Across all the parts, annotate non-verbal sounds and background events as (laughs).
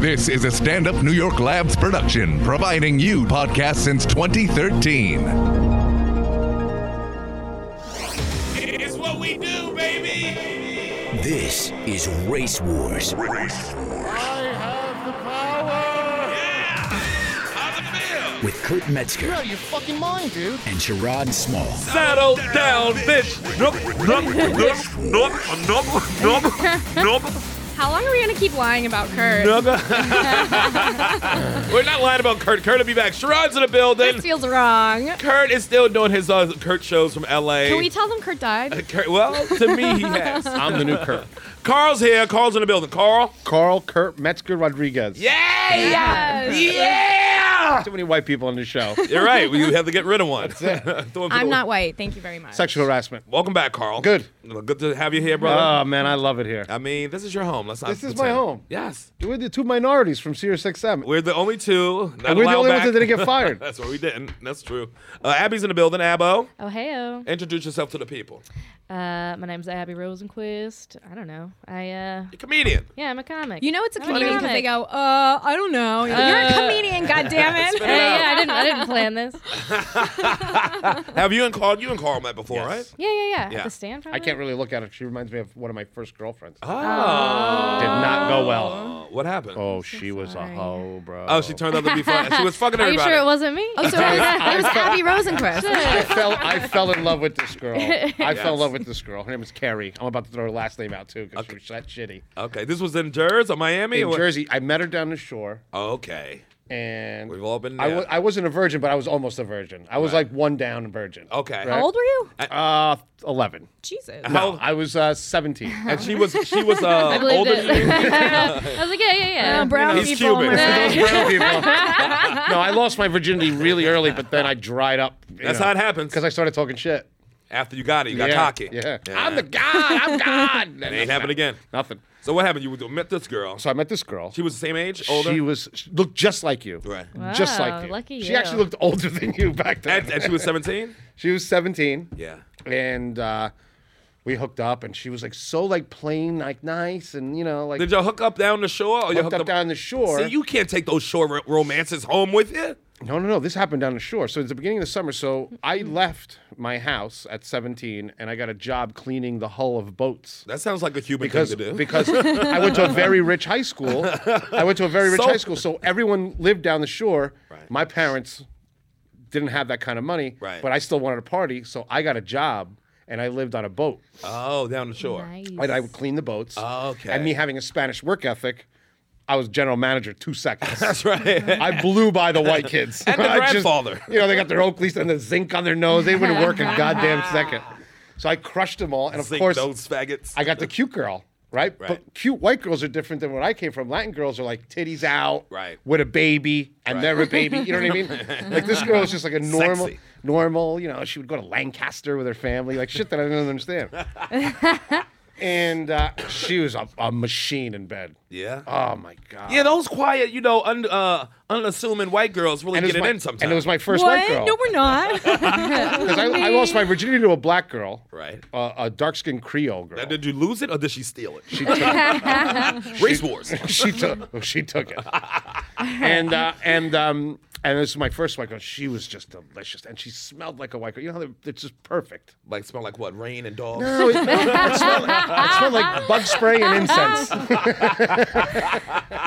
This is a stand up New York Labs production, providing you podcasts since 2013. It's what we do, baby. This is Race Wars How's it feel? with Kurt Metzger out of your fucking mind, dude. and Sherrod Small. Saddle down, bitch. Nope, nope, nope, Oh, (laughs) nope, nope, nope, How long are we gonna keep lying about Kurt? nope. We're not lying about Kurt. Kurt will be back. Sharon's in the building. This feels wrong. Kurt is still doing his uh, Kurt shows from LA. Can we tell them Kurt died? Kurt, well, to me, (laughs) he has. I'm the new Kurt. Carl's here. Carl's in the building. Carl. (laughs) Carl Kurt Metzger Rodriguez. Yeah. Yes. Yeah. Too many white people on this (laughs) show. You're right. We have to get rid of one. (laughs) Throwing I'm people- not white. Thank you very much. Sexual harassment. Welcome back, Carl. Good. Good to have you here, brother. Oh man, I love it here. I mean, this is your home. Let's not. This is pretend. my home. Yes. We're the two minorities from Sirius XM. We're the only two. Not And we're the allowed only back. ones that (laughs) didn't get fired. That's what we didn't. That's true. Uh, Abby's in the building. Abbo, Oh, heyo. introduce yourself to the people. Uh, my name's Abby Rosenquist. I don't know. I uh, You're a comedian. yeah, I'm a comic. You know Uh, it's a I'm a comedian because they comic. go, uh, I don't know. You're, like, You're a (laughs) comedian, Spit goddammit. it out. Yeah, yeah, (laughs) I didn't, I didn't plan this. Have you and Carl? You and Carl met before, right? Yeah, yeah, yeah. Yeah. At the stand. I Probably? can't really look at her. She reminds me of one of my first girlfriends. Did Oh. not go well. What happened? Oh, Oh, she was a hoe, bro. she turned out to be fun. She was fucking (laughs) Are you everybody. sure it wasn't me? (laughs) Oh, so it was, it was Abby Rosenquist. I fell. I fell in love with this (laughs) girl. I fell in love with this girl. Her name is Carrie. I'm about to throw her last name out too because she was that shitty. Okay, this was in Jersey or Miami. In or- Jersey, I met her down the shore, Okay. and We've all been I, there. wa- I wasn't a virgin, but I was almost a virgin. I was like one down virgin. Okay. How old were you? Uh, eleven. Jesus. Oh. No, I was (laughs) uh, 17. And she was she was uh, (laughs) I believed older. it. Than you. (laughs) I was like, yeah, yeah, yeah. Uh, brown He's people. Cuban. am I right? Those brown (laughs) people. no, I lost my virginity really early, but then I dried up. That's how it happens. Because I started talking shit. After you got it, you got yeah, cocky. Yeah. Yeah. I'm the god. I'm god. It ain't happened again. Nothing. So what happened? You met this girl. So I met this girl. she was the same age, older. She was she looked just like you. Right. Just Wow, like you. lucky she you. actually looked older than you back then. and, and (laughs) she was 17. she was 17. Yeah. And uh, we hooked up, and she was like so like plain, like nice, and you know like Did y'all hook up down the shore? Or you hooked up down the shore. See, you can't take those shore ro- romances home with you. No, no, no. This happened down the shore. So it's the beginning of the summer. So I left my house at 17 and I got a job cleaning the hull of boats. That sounds like a human Because, thing to do. because I went to a very rich high school. I went to a very rich So- high school. So everyone lived down the shore. Right. My parents didn't have that kind of money, Right. but I still wanted a party. So I got a job and I lived on a boat. oh, down the shore. Nice. And I would clean the boats. Okay. And me having a Spanish work ethic, I was general manager two (laughs) (laughs) seconds. That's right. I blew by the white kids. And the (laughs) I grandfather. you know, they got their Oakleys and the zinc on their nose. They (laughs) wouldn't work a goddamn second. So I crushed them all. (laughs) And of Zink course, those faggots. I got the cute girl, right? Right. But cute white girls are different than where I came from. Latin girls are like titties out, Right. with a baby, and Right. they're a baby. You know what (laughs) I mean? like this girl was just like a normal, Sexy. normal. You know, she would go to Lancaster with her family, like shit that I didn't (laughs) understand. and uh, she was a, a machine in bed. yeah. Oh my god. yeah, those quiet, you know, un, uh, unassuming white girls really and it, get was it my, in sometimes. and it was my first white What? girl. No, we're not. Because I, I lost my virginity to a black girl. Right. A, a dark skinned Creole girl. Now, did you lose it or did she steal it? she, took, (laughs) Race wars. (laughs) she (laughs) took oh, she took it. And uh, and um and this is my first white girl. She was just delicious, and she smelled like a white girl. You know, how they- it's just perfect. like smell like what? Rain and dogs. No, (laughs) it, it smelled, it smelled like bug spray and incense. (laughs)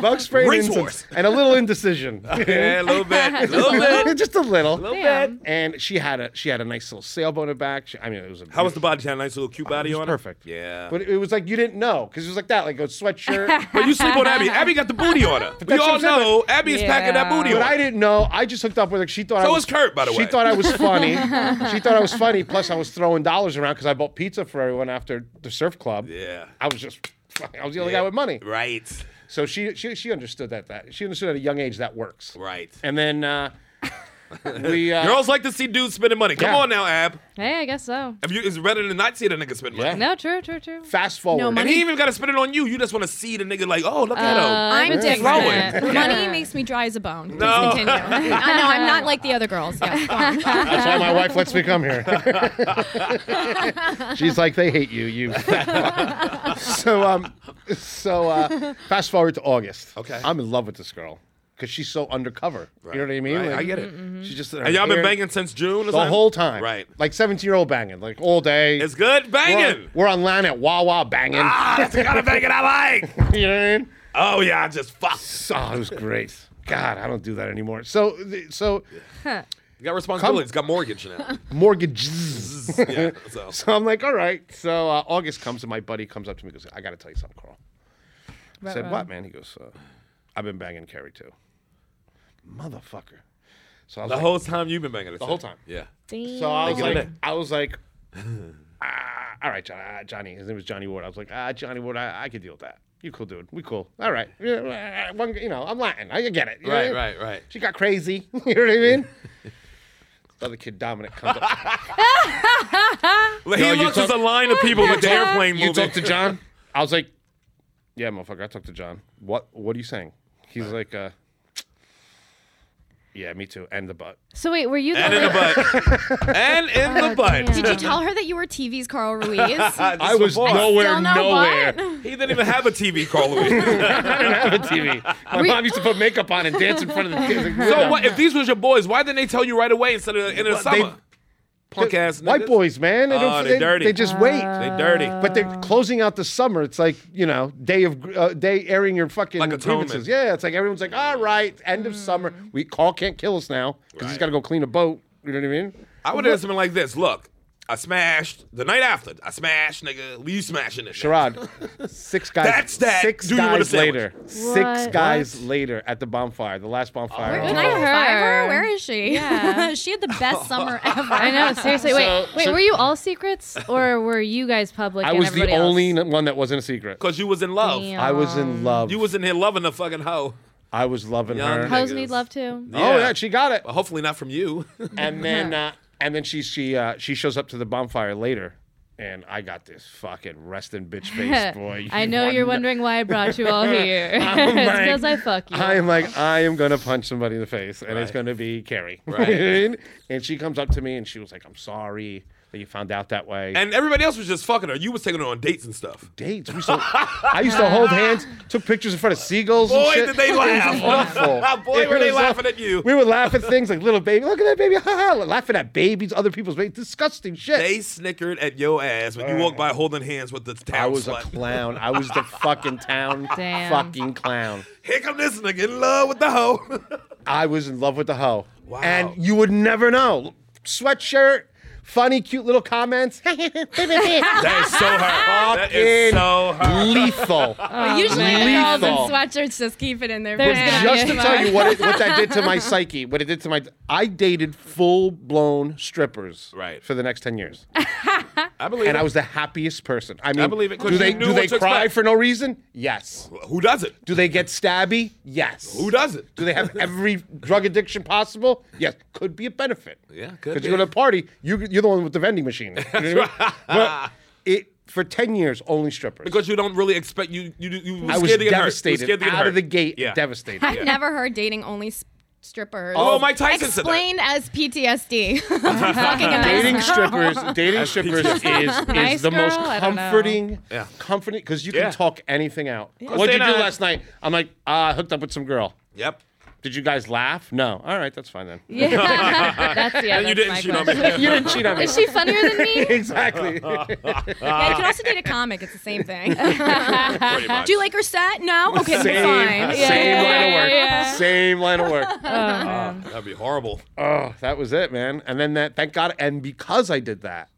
bug spray and Race incense, wars. and a little (laughs) indecision. Yeah, a little bit. A (laughs) (laughs) little bit. just a little. A little bit. Damn. And she had a she had a nice little sailboat in her back. She, I mean, it was a How was the body? She had a nice little cute body Uh, It was on her. perfect. Yeah. But it was like you didn't know because it was like that, like a sweatshirt. (laughs) But you sleep on (laughs) Abby. Abby got the booty on her. We that's all what I'm saying. know Abby is packing that Yeah. booty but on. I didn't know. I just hooked up with her. She thought I So was is Kurt, by the way. She thought I was funny. she thought I was funny. Plus, I was throwing dollars around because I bought pizza for everyone after the surf club. Yeah. I was just. I was the only guy with money, Right. so she she she understood that that she understood at a young age that works. (laughs) Right. And then uh, we uh, Girls like to see dudes spending money. Come Yeah. on now, Ab. Hey, I guess so. If you, it's better than not see the nigga spend money. Yeah. No, true, true, true. fast forward. No And money. Uh, he even got to spend it on you. You just want to see the nigga like, oh, look at him. I'm It's different. flowing. Money makes me dry as a bone. Please No. continue. I know I'm not like the other girls. Yes, go on. That's why my wife lets me come here. (laughs) She's like, they hate you. You. (laughs) so um, so uh, fast forward to August. Okay. I'm in love with this girl because she's so undercover. You know what I mean? Right, I Like, get it. She's just And y'all been banging since June or the something? whole time. Right. Like 17 year old banging, like all day. It's good banging. We're, we're on land at Wawa banging. Ah, (laughs) that's the kind of banging I like. (laughs) You know what I mean? Oh, yeah, I just fucked. So, oh, it was great. God, I don't do that anymore. So so You got responsibilities, got mortgage (laughs) now. mortgages. yeah, so. So (laughs) I'm like, all right. So uh, August comes and my buddy comes up to me and goes, I got to tell you something, Carl. I said, Ruh-roh. what, man? He goes, uh, I've been banging Carrie too. Motherfucker. So I was The like, whole time you've been banging it. The whole time. Yeah. so I was Thinking like, of it. I was like, ah, all right, John, ah, Johnny. His name was Johnny Ward. I was like, ah, Johnny Ward, I, I could deal with that. You cool, dude. We cool. All right. Yeah, uh, One, you know, I'm Latin. I get it. You know? Right, right, right. She got crazy. (laughs) you know what I mean? the other kid, Dominic, comes up. Well, No, he you launches talk- a line of people with the airplane You movie. talked to John? (laughs) I was like, yeah, motherfucker, I talked to John. What What are you saying? He's like, uh, yeah, me too. And the butt. So wait, were you the and in the only- butt. and in the butt. damn. Oh, Did you tell her that you were TV's Carl Ruiz? Ah, I this I was before. nowhere, don't know nowhere. what. He didn't even have a TV, Carl (laughs) Louis. I didn't have a TV. My mom used to put makeup on and dance in front of the (laughs) kids. so what, (laughs) if these was your boys, why didn't they tell you right away instead of in the they- summer? Punk ass White niggas. boys, man. They, Oh, don't, they they, dirty. they just wait. They dirty. but they're closing out the summer. It's like you know, day of gr- uh, day airing your fucking Like atonement. grievances. Yeah, it's like everyone's like, all right, end of summer. We call can't kill us now because he's got to go clean a boat. You know what I mean? I would have something like this. Look, I smashed the night after. I smashed, nigga. Leave smashing it. nigga. Sherrod, six guys. That's that. Six Do you want a guys sandwich? later. Six What? guys later at the bonfire, the last bonfire. Oh. Can I high Her. her? Where is she? (laughs) Yeah. she had the best (laughs) summer ever. I know. Seriously, wait, So- wait. so- were you all secrets, or were you guys public? I and was the everybody else? only n- one that wasn't a secret. Cause you was in love. Damn. I was in love. You was in here loving the fucking hoe. I was loving Young her. Hoes niggas. need love too. (laughs) Oh yeah, she got it. But hopefully not from you. (laughs) And then uh, and then she she uh, she shows up to the bonfire later, and I got this fucking resting bitch (laughs) face, boy. I You Um, know want you're no- wondering why I brought you all here. (laughs) I'm it's like- because I fuck you. I am like, I am gonna punch somebody in the face, and it's gonna be Carrie. Right. (laughs) and she comes up to me, and she was like, "I'm sorry that you found out that way." and everybody else was just fucking her. You was taking her on dates and stuff. dates. We used to, I used to hold hands, took pictures in front of seagulls. and Boy, shit. did they (laughs) It was laugh. (laughs) awful. Boy, It were they was laughing awful. at you. We would laugh at things like little baby, look at that baby, (laughs) ha ha, laughing at babies, other people's babies, disgusting shit. They snickered at your ass when you walked by holding hands with the town I was a slut. clown. I was the fucking town Damn. fucking clown. Here come this nigga in love with the hoe. I was in love with the hoe. Wow. And you would never know. Sweatshirt, funny, cute little comments. (laughs) that is (laughs) so her. That is Fucking so her. Lethal. Usually the girls in Lethal. sweatshirts just keep it in their There's pants. gonna Just to tell you what, it, what that did to my psyche, what it did to my. I dated full blown strippers Right. for the next 10 years. I believe. And it. I was the happiest person. I mean, believe it, 'cause do they, you knew do they what to cry expect. for no reason? Yes. Who does it? Do they get stabby? Yes. Who does it? Do they have every drug addiction possible? Yes. Could be a benefit. Yeah, could Because be. you go to a party, you, you're the one with the vending machine. You know what I mean? But (laughs) it, for 10 years, only strippers. Because you don't really expect you. You you were I was scared to get hurt. You were devastated. scared to get out hurt. of the gate, Yeah. (laughs) devastated. I've never heard dating only s- strippers. Oh, Mike Tyson said that. Explained as (laughs) PTSD. Fucking amazing. dating strippers dating strippers is, is Nice the most girl? I don't know. comforting Yeah. comforting because you Yeah. can talk anything out Course what'd they you do not. last night i'm like uh, i hooked up with some girl Yep. did you guys laugh no all right that's fine then Yeah. that's yeah. And you that's didn't my shoot on question. me. you didn't cheat (laughs) on me Is she funnier than me? exactly Yeah, Uh, you can also date a comic. It's the same (laughs) thing. Pretty much. Do you like her set? No? Okay, same, then fine. Yeah, same yeah, line of yeah, work yeah. same line of work That'd be horrible. oh that was it man and then that thank god and because i did that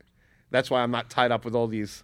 that's why i'm not tied up with all these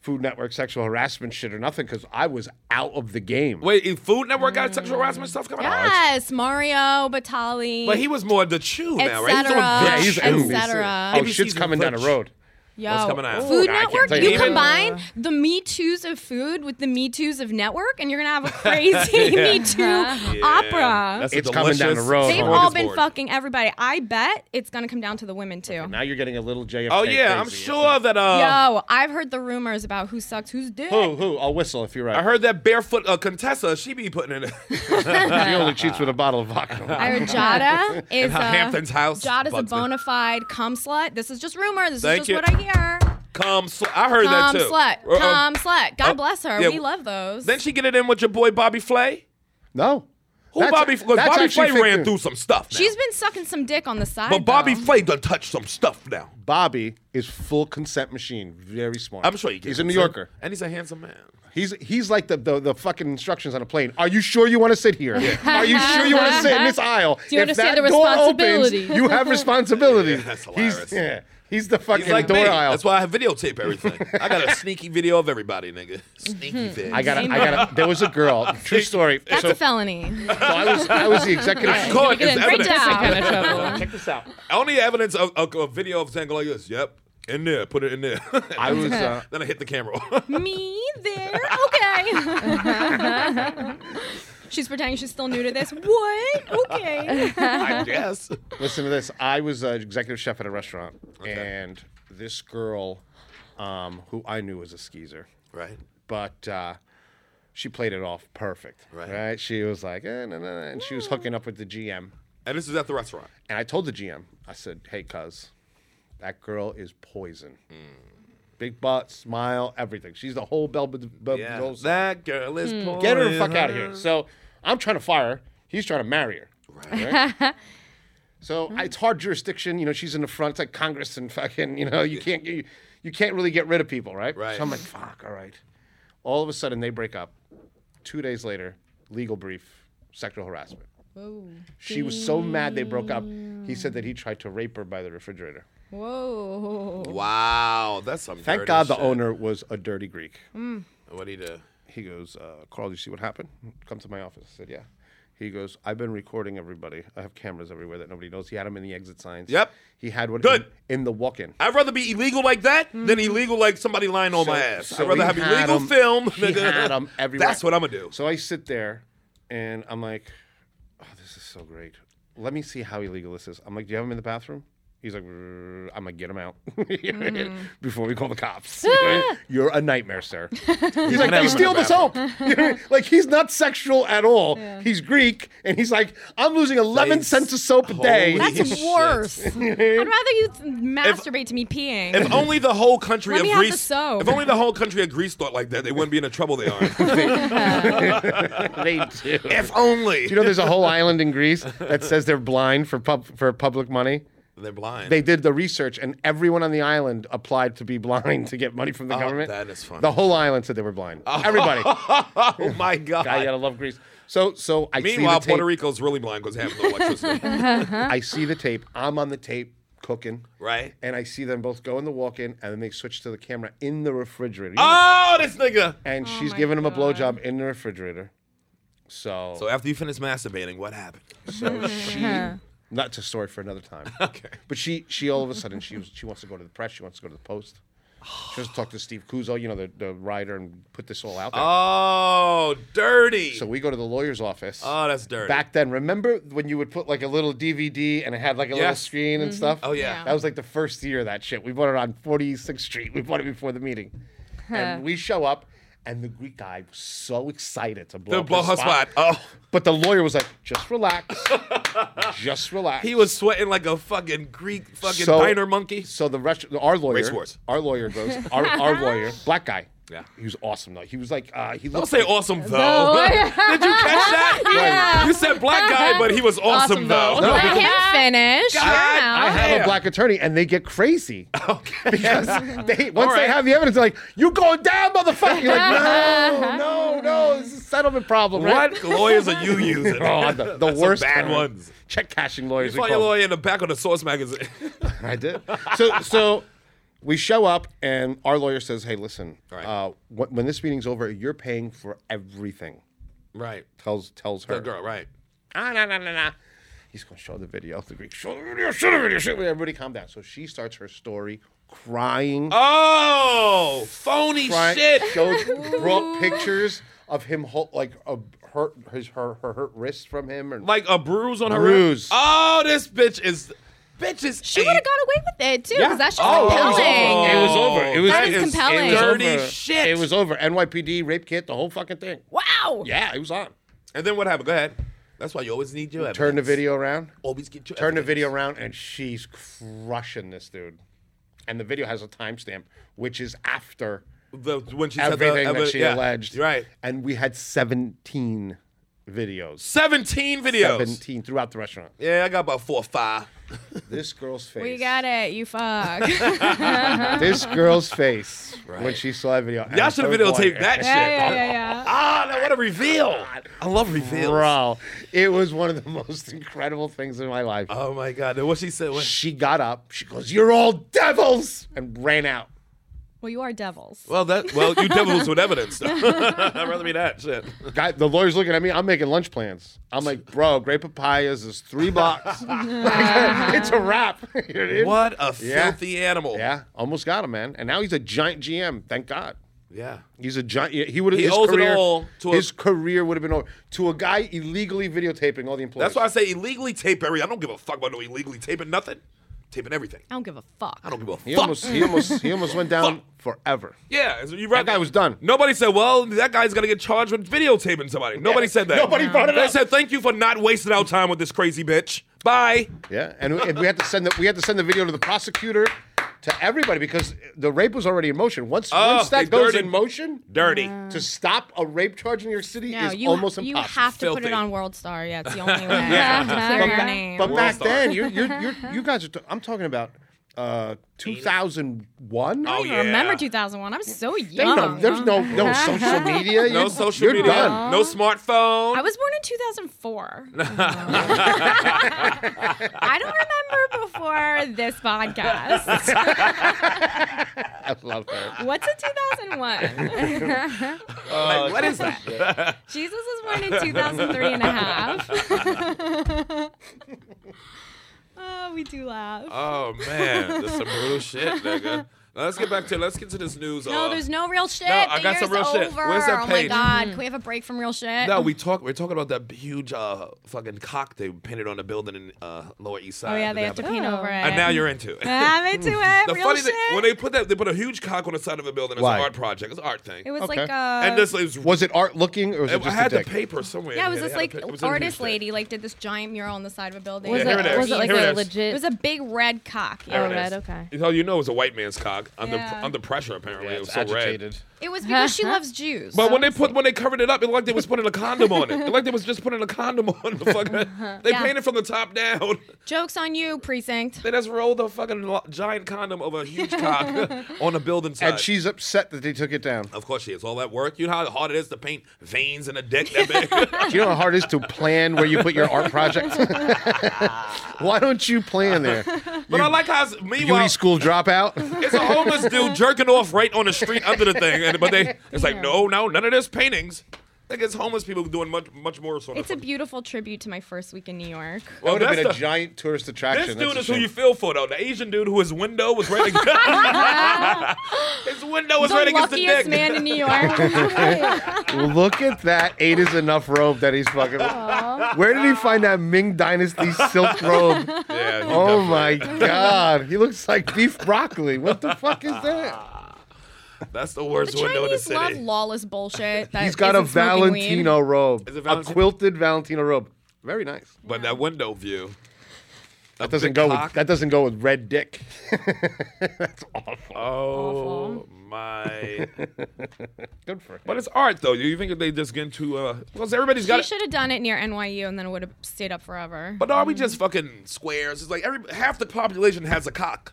food network sexual harassment shit or nothing because i was out of the game Wait, is Food Network got sexual harassment stuff coming out? Yes, Mario, Batali. But he was more the chew now, right? Etc. He's doing the Yeah, he's chew. And NBC. cetera. Oh, shit's NBC's coming down the rich. road. Yo, What's coming out? Food I can't Network. tell You Even- combine the Me Too's of food with the Me Too's of network, and you're gonna (laughs) have a crazy Me Too Uh-huh. opera. That's a It's coming down the delicious road. They've horrible. all been smorgasbord. fucking everybody. I bet it's gonna come down to the women too. Now you're getting a little JFK. Oh yeah, I'm crazy. sure that uh, Yo, I've heard the rumors about who sucks who's dick. Who? Who? I'll whistle if you're right. I heard that barefoot uh, Contessa, she be putting in (laughs) a, he only cheats with a bottle of (laughs) vodka. I heard Jada (laughs) is uh, Hampton's house. Jada's a Bugs me. bona fide cum slut. This is just rumor. This Thank is just you. what I hear. Cum sl- I heard that Cum too. slut. Uh, uh, Cum slut. God oh, bless her. yeah. We love those. Then she get it in with your boy Bobby Flay. No. Who That's- Bobby? Because that's Bobby actually Flay fake ran news. through some stuff. Now. She's been sucking some dick on the side. but Bobby though. Flay done touch some stuff now. Bobby is full consent machine. Very smart. I'm sure you can. He's a New Yorker. and he's a handsome man. He's he's like the, the the fucking instructions on a plane. Are you sure you want to sit here? Are you sure you want to sit in (laughs) this aisle? Do you if understand that the door responsibility? Opens, you (laughs) have responsibilities. Yeah, that's He's, hilarious. yeah, he's the fucking He's like door me. aisle. That's why I videotape (laughs) everything. I got a sneaky video of everybody, nigga. Sneaky vid. Mm-hmm. I got. I got. There was a girl. (laughs) True story. That's so, a felony. so I was I was the executive. Caught You get is in evidence. different kind of trouble. Check this out. Only evidence of of a video of saying like this. Yep, in there. Put it in there. (laughs) I was. Uh, then I hit the camera. (laughs) Me there. Okay. she's pretending she's still new to this. What? Okay. (laughs) I guess. Listen to this. I was an executive chef at a restaurant, and this girl, um, who I knew was a skeezer, Right. but uh, she played it off perfect. Right. She was like, eh, nah, nah, nah, and she was hooking up with the GM. And this is at the restaurant. And I told the GM, I said, hey, cuz, that girl is poison. Hmm. Big butt, smile, everything. She's the whole bell. bell bell- Yeah. bell- That girl is poor. Hmm. Get her the fuck out of here. So I'm trying to fire her. He's trying to marry her. Right. (laughs) so I- it's hard jurisdiction. You know, she's in the front. It's like Congress and fucking, you know, you can't you, you can't really get rid of people, right? Right. So I'm like, fuck, all right. All of a sudden they break up. Two days later, legal brief, sexual harassment. Whoa. She was so mad they broke up. He said that he tried to rape her by the refrigerator. Whoa. Wow, that's some. Thank dirty God the shit. owner was a dirty Greek. What do you do? he goes, uh, Carl, you see what happened? Come to my office. I said, yeah. He goes, I've been recording everybody. I have cameras everywhere that nobody knows. He had them in the exit signs. Yep. He had one Good. In, in the walk-in. I'd rather be illegal like that than illegal like somebody lying on my ass. I'd rather Mm-hmm. he have had illegal 'em- film. He nigga. (laughs) had 'em everywhere. That's what I'm gonna do. So I sit there, and I'm like, oh, this is so great. Let me see how illegal this is. I'm like, do you have him in the bathroom? He's like, "Brrr." I'm like, get him out (laughs) Mm. before we call the (laughs) cops. You're a nightmare, sir. (laughs) He's like, have him in they the steal the soap. (laughs) like, he's not sexual at all. He's Greek, and he's like, I'm losing 11 Nice. cents of soap a day. Holy That's (laughs) shit. (laughs) worse. I'd rather you th- masturbate to me peeing. If only the whole country Let of me have the Greece. soap. If only the whole country of Greece thought like that, they wouldn't be in the trouble they are. (laughs) in. (laughs) they do. if only. You know, there's a whole island in Greece that says they're blind for pub- for public money. They're blind. they did the research and everyone on the island applied to be blind to get money from the Oh, government. that is funny. The whole island said they were blind. (laughs) Everybody. I oh my god. gotta love Greece. So so I Meanwhile, see the Puerto tape. Rico's really blind because they have (laughs) no electricity. I see the tape. I'm on the tape cooking. Right. And I see them both go in the walk-in and then they switch to the camera in the refrigerator. oh, this nigga. and she's giving him a blowjob in the refrigerator. So, So after you finish masturbating, what happened? so she that's a story for another time. Uh-huh. (laughs) Okay. But she she all of a sudden she was, she wants to go to the press. She wants to go to the post. She wants to talk to Steve Kuzo, you know, the, the writer, and put this all out there. Oh, dirty. so we go to the lawyer's office. oh, that's dirty. Back then, remember when you would put like a little DVD and it had like a little Yes. screen and stuff? Oh, yeah. Yeah. That was like the first year of that shit. We bought it on 46th Street. We bought it before the meeting. and we show up, and the Greek guy was so excited to blow, the up blow his her spot. Oh, But the lawyer was like, (laughs) just relax. just relax. he was sweating like a fucking Greek fucking So- diner monkey. So the rest, our lawyer, Race wars. our lawyer goes, our, our lawyer, black guy. Yeah. he was awesome though. He was like, uh, he Don't looked say like, awesome though. Did you catch that? You said black guy, but he was awesome, Awesome, though. though. No, Let him finish. Your God, mouth. I have oh, Yeah. a black attorney, and they (laughs) get crazy Okay. because they once they right. have the evidence, they're like, "You going down, motherfucker!" You're like, "No, no, no, this is a settlement problem." Right? What (laughs) lawyers are you using? Oh, the, the That's worst some bad term. ones. Check cashing lawyers. we Find your call them. lawyer in the back of the Source (laughs) magazine. I did. (laughs) So so we show up and our lawyer says, "Hey, listen, Right. uh, when, when this meeting's over, you're paying for everything." right. Tells tells her. The girl, right. Ah, nah, nah, nah, nah. He's gonna show the video. The Greek, show the video, show the video, show the video. Everybody calm down. So she starts her story crying. Oh, phony crying. shit. (laughs) Shows, brought pictures of him, hol- like a hurt his her her hurt wrist from him, and Like a bruise on her Bruise. wrist. Oh, this bitch is. Bitch is. She a would have got away with it too, because that's just Oh, it was compelling. over. It was over. It was, That it is was- it compelling. was Dirty over. shit. It was over. NYPD rape kit, the whole fucking thing. Wow. Yeah, it was on. And then what happened? Go ahead. That's why you always need your evidence. Turn the video around. Always get your Turn the evidence. video around, and she's crushing this dude. And the video has a timestamp, which is after The, when she said the everything that evi- she yeah. alleged. Right. And we had 17 videos. 17 videos. 17 throughout the restaurant. Yeah, I got about four or five. This girl's face. We got it. You fuck. (laughs) This girl's (laughs) face when she saw that video. oh Y'all should have videotaped that shit. (laughs) yeah, yeah, yeah. Ah, no, what a reveal. I love reveals. Bro, it was one of the (laughs) most incredible things in my life. Oh my God. Then what she said was, She got up. She goes, "You're all devils," and ran out. Well, you are devils. well, that, well, you devils with evidence. (laughs) I'd rather be that shit. Guy, the lawyer's looking at me. I'm making lunch plans. I'm like, "Bro, Great Papayas is three blocks. (laughs) it's a wrap." (laughs) You know what I mean? What a Yeah. filthy animal. Yeah, almost got him, man. And now he's a giant GM. Thank God. Yeah. He's a giant. He would have. He his owes it career, all to a- his career would have been over to a guy illegally videotaping all the employees. That's why I say illegally tape every. I don't give a fuck about no illegally taping nothing. Taping everything. I don't give a fuck. I don't give a he fuck. almost he almost he almost went down forever. yeah, so you're right. That guy was done. Nobody said, "Well, that guy's gonna get charged with videotaping somebody." Nobody said that. Nobody brought it They up. said, "Thank you for not wasting our time with this crazy bitch." Bye. Yeah, and, and we had to send the we had to send the video to the prosecutor, to everybody because the rape was already in motion. Once Oh, once it's that goes dirty. in motion, Dirty. to stop a rape charge in your city No, is you almost you impossible. have to put Filthy. it on World Star. Yeah, it's the (laughs) only way. Yeah. Clear your But- name. but World back Star. then, you're, you're, you're, you guys are. T- I'm talking about uh, 2001. I Oh, don't even yeah. remember 2001. I'm so They young. don't- there's no (laughs) no social media. No You're- social you're media. Done. No smartphone. I was born (laughs) in 2004. (laughs) I don't remember before this (laughs) podcast. I love that. What's a 2001? like, what is that? (laughs) Jesus was born in 2003 and a half. (laughs) oh, we do laugh. Oh man, that's some brutal (laughs) shit, nigga. Now, let's get back to let's get to this news. no, uh, there's no real shit. I got the year's some real over. shit. Where's that oh page? my god, can we have a break from real shit? No, we talk. We're talking about that huge uh, fucking cock they painted on the building in uh, Lower East Side. oh yeah, they that have to happened. peen Oh. over it. And now you're into (laughs) it. I'm into it. The real funny shit. thing when they put that, they put a huge cock on the side of a building. It's Why? an art project. It's an art thing. it was Okay. like uh, and this is Was it art looking or was it I just had a the dick? paper somewhere. Yeah, it was They this had a like pic- it was in a artist newsstand. lady like did this giant mural on the side of a building. Was, Yeah, here it, it is. was it like Here it a is. legit? It was a big red cock. There Oh, it red, is. okay. That's how you know it was a white man's cock under Yeah. under pressure. Apparently, Yeah, it was it's so red. agitated. It was because she loves Jews. But when they put when they covered it up, it looked like they was putting a condom on it. It looked like they was just putting a condom on the fucking. They (laughs) Yeah. painted from the top down. jokes on you, (laughs) precinct. They just rolled a fucking lo- giant condom over a huge cock (laughs) on a building side. And she's upset that they took it down. of course, she is. All that work. You know how hard it is to paint veins in a dick that (laughs) big. (laughs) Do you know how hard it is to plan where you put your art project? (laughs) Why don't you plan there? but I like how it's- Beauty meanwhile school dropout. it's a homeless dude jerking off right on the street under the thing, and but they it's (laughs) like no, no, none of this paintings. Like it's homeless people doing much much more. Sort of It's a fucking- beautiful tribute to my first week in New York. That would have that's been a the- giant tourist attraction. This That's dude a is who shame. you feel for, though. The Asian dude who his window was right against (laughs) his window was the right against the luckiest dick. man in New York. (laughs) Look at that. Eight is enough robe that he's fucking. Where did he find that Ming Dynasty silk robe? (laughs) Yeah, (laughs) he definitely- Oh my God. He looks like beef broccoli. What the fuck is that? (laughs) That's the the worst window in the Chinese love city. lawless bullshit. that He's got a isn't smoking Valentino weed. robe. Is it A Valentino? quilted Valentino robe. Very nice. but that window view. That doesn't go with that doesn't go with red dick. Oh my! (laughs) Good for him. But it's art, though. You think if they just get into uh? Because everybody's got. She should Mm. have done it near NYU and then it would have stayed up forever. But are we just fucking squares? It's like every half the population has a cock.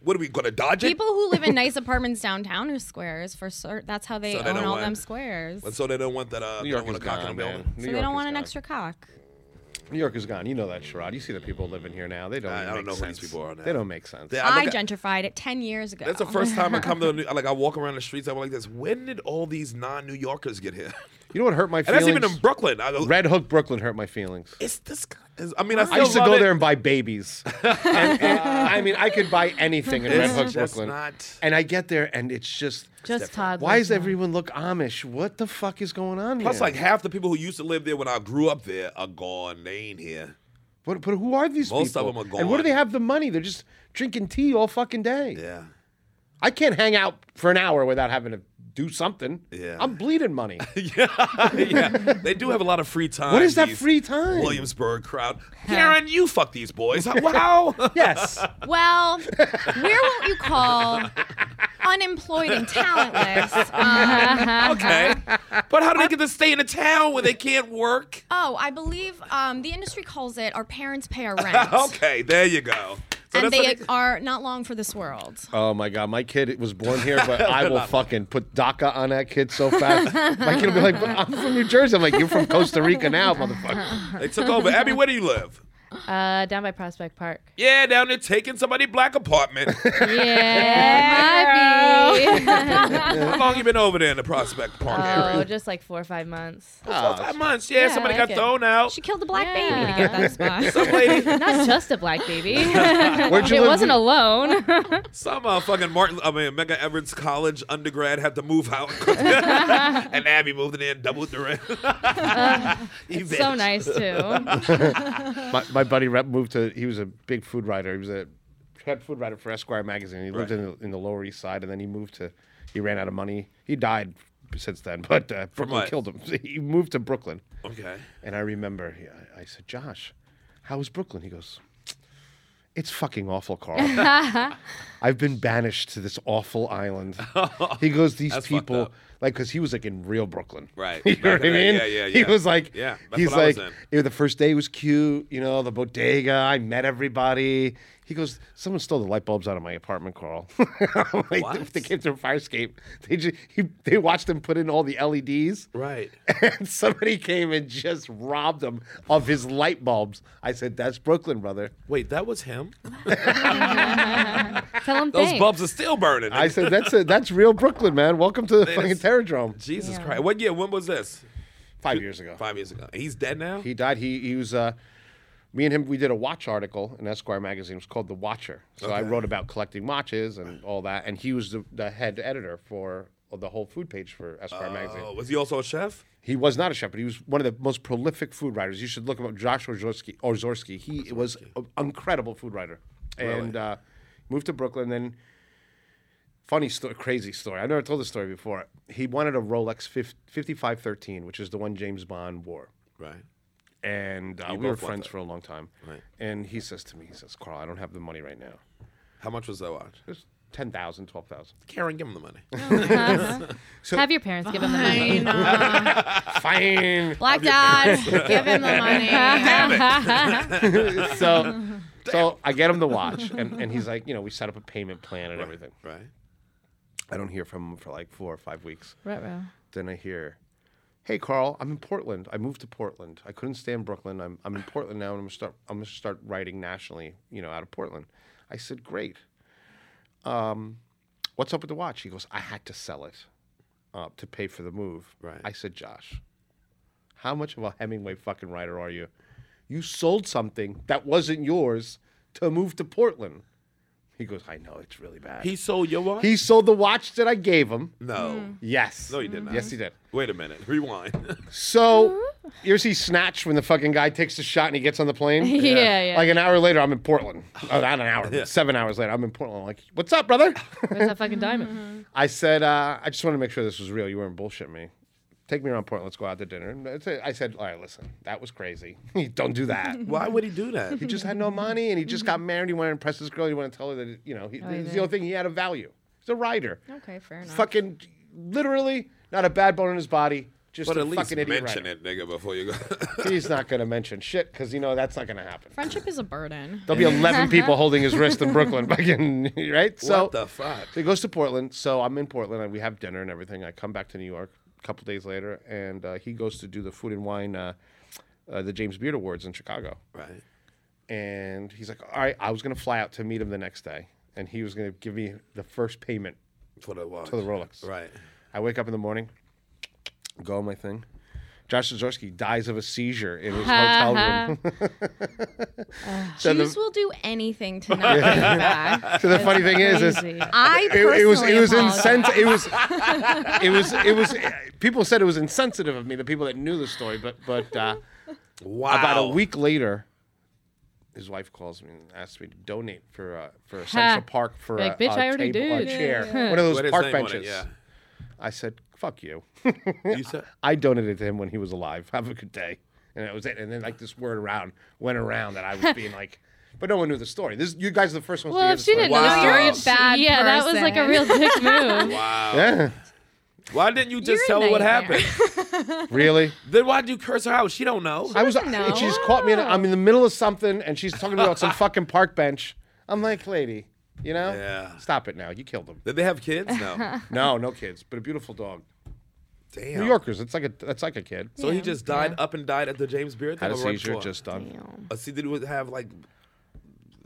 What are we gonna dodge it? People who live in nice apartments downtown are squares for certain. That's how they So they own don't all want- them squares. And so they don't want that. Uh, New they York don't is want a cock in gone, the building. man. New so York they don't is want an gone. extra cock. New York is gone. You know that, Sherrod. You see the people living here now. They don't. I- I don't even make know who these sense. people are now. They don't make sense. They- I, look at- gentrified it 10 years ago. That's the first time I come to a new, like I walk around the streets. I'm like this. When did all these non-New Yorkers get here? You know what hurt my And feelings? that's even in Brooklyn. I, Red Hook, Brooklyn hurt my feelings. It's this guy. is- I mean, I, still I used to love go it. there and (laughs) buy babies. and, and, I mean, I could buy anything in Red It's Hook, just Brooklyn. not- And I get there, and it's just. Just toddlers. Why does now. everyone look Amish? What the fuck is going on Plus, here? like half the people who used to live there when I grew up there are gone. They ain't here. But, but who are these Most of people? them are And what gone. do they have the money? They're just drinking tea all fucking day. Yeah. I can't hang out for an hour without having to do something. Yeah. I'm (laughs) bleeding money. yeah. They do have a lot of free time. What is that these free time? Williamsburg crowd. Karen, you fuck these boys. (laughs) Wow. yes. Well, where won't you call unemployed and talentless? Uh, okay. But how do they get to stay in a town where they can't (laughs) work? oh, I believe um, the industry calls it our parents pay our rent. (laughs) Okay, there you go. So and that's what they are not long for this world. Oh my God, my kid was born here, (laughs) but I will fucking put DACA on that kid so fast. My kid will be like, but I'm from New Jersey. I'm like, you're from Costa Rica now, motherfucker. they took over. Abby, where do you live? Uh, down by Prospect (laughs) Park. Yeah, down there taking somebody black (laughs) apartment. Yeah, might How long you been over there in the Prospect Park be. Oh, area? just like four or five months. Four, five months. Yeah, Yeah, I somebody like got it. thrown out. She killed a black baby to Yeah. get that spot. some (laughs) lady, Not just a black baby. Where'd you it live? wasn't alone. (laughs) some uh, fucking Martin, I mean, Mega Everett's college undergrad had to move (laughs) out, (laughs) and Abby moved in there and doubled the rent. You Uh, so bitch. nice too. my, my buddy rep moved to, he was a big food writer. He was a head food writer for Esquire magazine. He lived Right. in, the, in the Lower East Side and then he moved to, he ran out of money. He died since then, (laughs) but uh, Brooklyn what? killed him. (laughs) he moved to Brooklyn. Okay. And I remember he, I, I said, Josh, how is Brooklyn? He goes, It's fucking awful, (laughs) Carl. I've been banished to this awful (laughs) island. He goes, These That's fucked people, up. like, because he was like in real Brooklyn. Right. (laughs) You know Back what I in the- mean? yeah, yeah, He yeah. was like, Yeah, that's He's what I was like, in. you know, The first day was cute, you know, the bodega. I met everybody. He goes, Someone stole the light bulbs out of my apartment, Carl. (laughs) I'm like, What? They came through a fire escape. They, just, he, they watched him put in all the E LEDs Right. (laughs) and somebody came and just robbed him of his light bulbs. I said, "That's Brooklyn, brother." Wait, that was him. Tell him Those thanks. bulbs are still burning. I said, "That's a, that's real Brooklyn, man. Welcome to the They fucking just- Terradrome." Jesus Yeah. Christ. What year? When was this? Five years ago, Five years ago. He's dead now. he died. He he was. Uh, me and him, we did a watch article in Esquire magazine. It was called "The Watcher." So I Okay. wrote about collecting watches and all that, and he was the, the head editor for the whole food page for Esquire magazine. oh, was he also a chef? He was not a chef, but he was one of the most prolific food writers. You should look him up, Joshua Zorski. Orzorski. He was an incredible food writer, and uh, moved to Brooklyn. Then, funny story, crazy story. I never told this story before. He wanted a Rolex 50, 5513, which is the one James Bond wore Right. and uh, You we were both want friends that. for a long time. Right. And he says to me, he says, "Carl, I don't have the money right now. How much was that watch? It's ten thousand, twelve thousand. Karen, give him the money. Have your parents give him the money. Fine." Black Dad, give him the money. so, so I get him the watch, and, and he's like, you know, we set up a payment plan and everything. Right. I don't hear from him for like four or five weeks. (laughs) Ruh-roh. Then I hear, "Hey, Carl, I'm in Portland. I moved to Portland. I couldn't stay in Brooklyn. I'm, I'm in Portland now, and I'm gonna start. I'm gonna start writing nationally. You know, out of Portland." I said, "Great. Um, what's up with the watch?" He goes, "I had to sell it uh, to pay for the move." Right. I said, "Josh, how much of a Hemingway fucking writer are you? You sold something that wasn't yours to move to Portland." He goes, "I know it's really bad." He sold your watch? he sold the watch that I gave him. no. Mm. Yes. No, he did not. Yes, he did. Wait a minute. Rewind. (laughs) So Mm-hmm. you ever see Snatch when the fucking guy takes the shot and he gets on the plane? (laughs) Yeah, yeah. Like an hour later, I'm in Portland. Oh, not an hour. Yeah. but Seven hours later, I'm in Portland. I'm like, what's up, brother? (laughs) Where's that fucking diamond? I said, uh, I just wanted to make sure this was real. You weren't bullshitting me. Take me around Portland. Let's go out to dinner. And that's it. I said, all right, listen, that was crazy. (laughs) Don't do (laughs) that. Why would he do that? He just had no money and he just got married. He wanted to impress this girl. He wanted to tell her that, you know, he, Oh, he it's did. the only thing he had of value. He's a writer. okay, fair enough. Fucking, literally, not a bad bone in his body. Just But a at least fucking idiot mention writer. it, nigga, before you go. (laughs) He's not going to mention shit because you know that's not going to happen. Friendship is a burden. There'll be 11 people holding his wrist in Brooklyn, fucking, (laughs) right? So, what the fuck? so he goes to Portland. So I'm in Portland and we have dinner and everything. I come back to New York a couple days later and uh, he goes to do the food and wine, uh, uh, the James Beard Awards in Chicago. Right. And he's like, all right, I was going to fly out to meet him the next day and he was going to give me the first payment For the watch. for the Rolex. Right. I wake up in the morning, go on my thing. Josh Zazorski dies of a seizure in his hotel Uh-huh. (laughs) room. so Jews the, will do anything to not get back. so the funny thing is, is Crazy. I it, personally it was it was apologize. insensitive. It (laughs) was it was it was. People said it was insensitive of me. The people that knew the story, but but uh, Wow. about a week later, his wife calls me and asks me to donate for uh, for Central Park for Like, a, "Bitch, a I already table, a did." chair, one of those Put his park name on it, benches. I said, "Fuck you." (laughs) Yeah. You said, I donated to him when he was alive. Have a good day, and that was it. And then like this word around went around that I was being like, but no one knew the story. This you guys are the first ones. to Well, hear if the she story. didn't Wow. know the story, You're a bad yeah, that was like a real dick move. wow. Yeah, Why didn't you just You're a tell her what nightmare. happened? (laughs) really. then why did you curse her out? She don't know. I was. doesn't know. and She just caught me. In, I'm in the middle of something, and she's talking about some fucking park bench. I'm like, lady, you know, Yeah. stop it now. You killed him. Did they have kids? (laughs) No. No, no kids, but a beautiful dog. Damn. New Yorkers, it's like a that's like a kid. So he just died up and died at the James Beard. Had a thing or right seizure before? just done. Uh, see, did he have like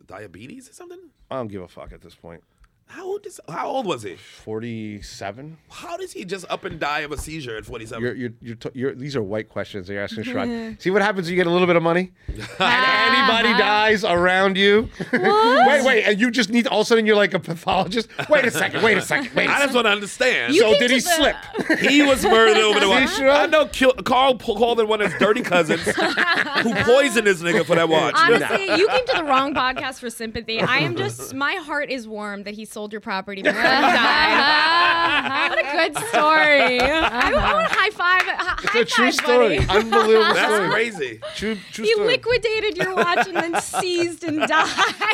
diabetes or something? I don't give a fuck at this point. How old is? How old was he? Forty-seven. How does he just up and die of a seizure at 47? You're, you're, you're, t- you're, these are white questions that you're (laughs) asking Shrug. See what happens when you get a little bit of money? and anybody dies around you? wait, wait. And you just need, all of a sudden, you're like a pathologist. Wait a second, wait a second, wait a I second. just want to understand. So can did he just, uh, slip? he was murdered over the watch. See, Shrug? I know Kill, Carl po- called in one of his dirty cousins who poisoned this nigga for that watch. (laughs) Honestly, you came to the wrong podcast for sympathy. I am just, my heart is warm that he sold your property (laughs) before he (laughs) died. what a good story. I, I want high five. hi- It's high a true five, story. buddy. Unbelievable That's story. crazy. True, true He story. liquidated your watch and then seized and died.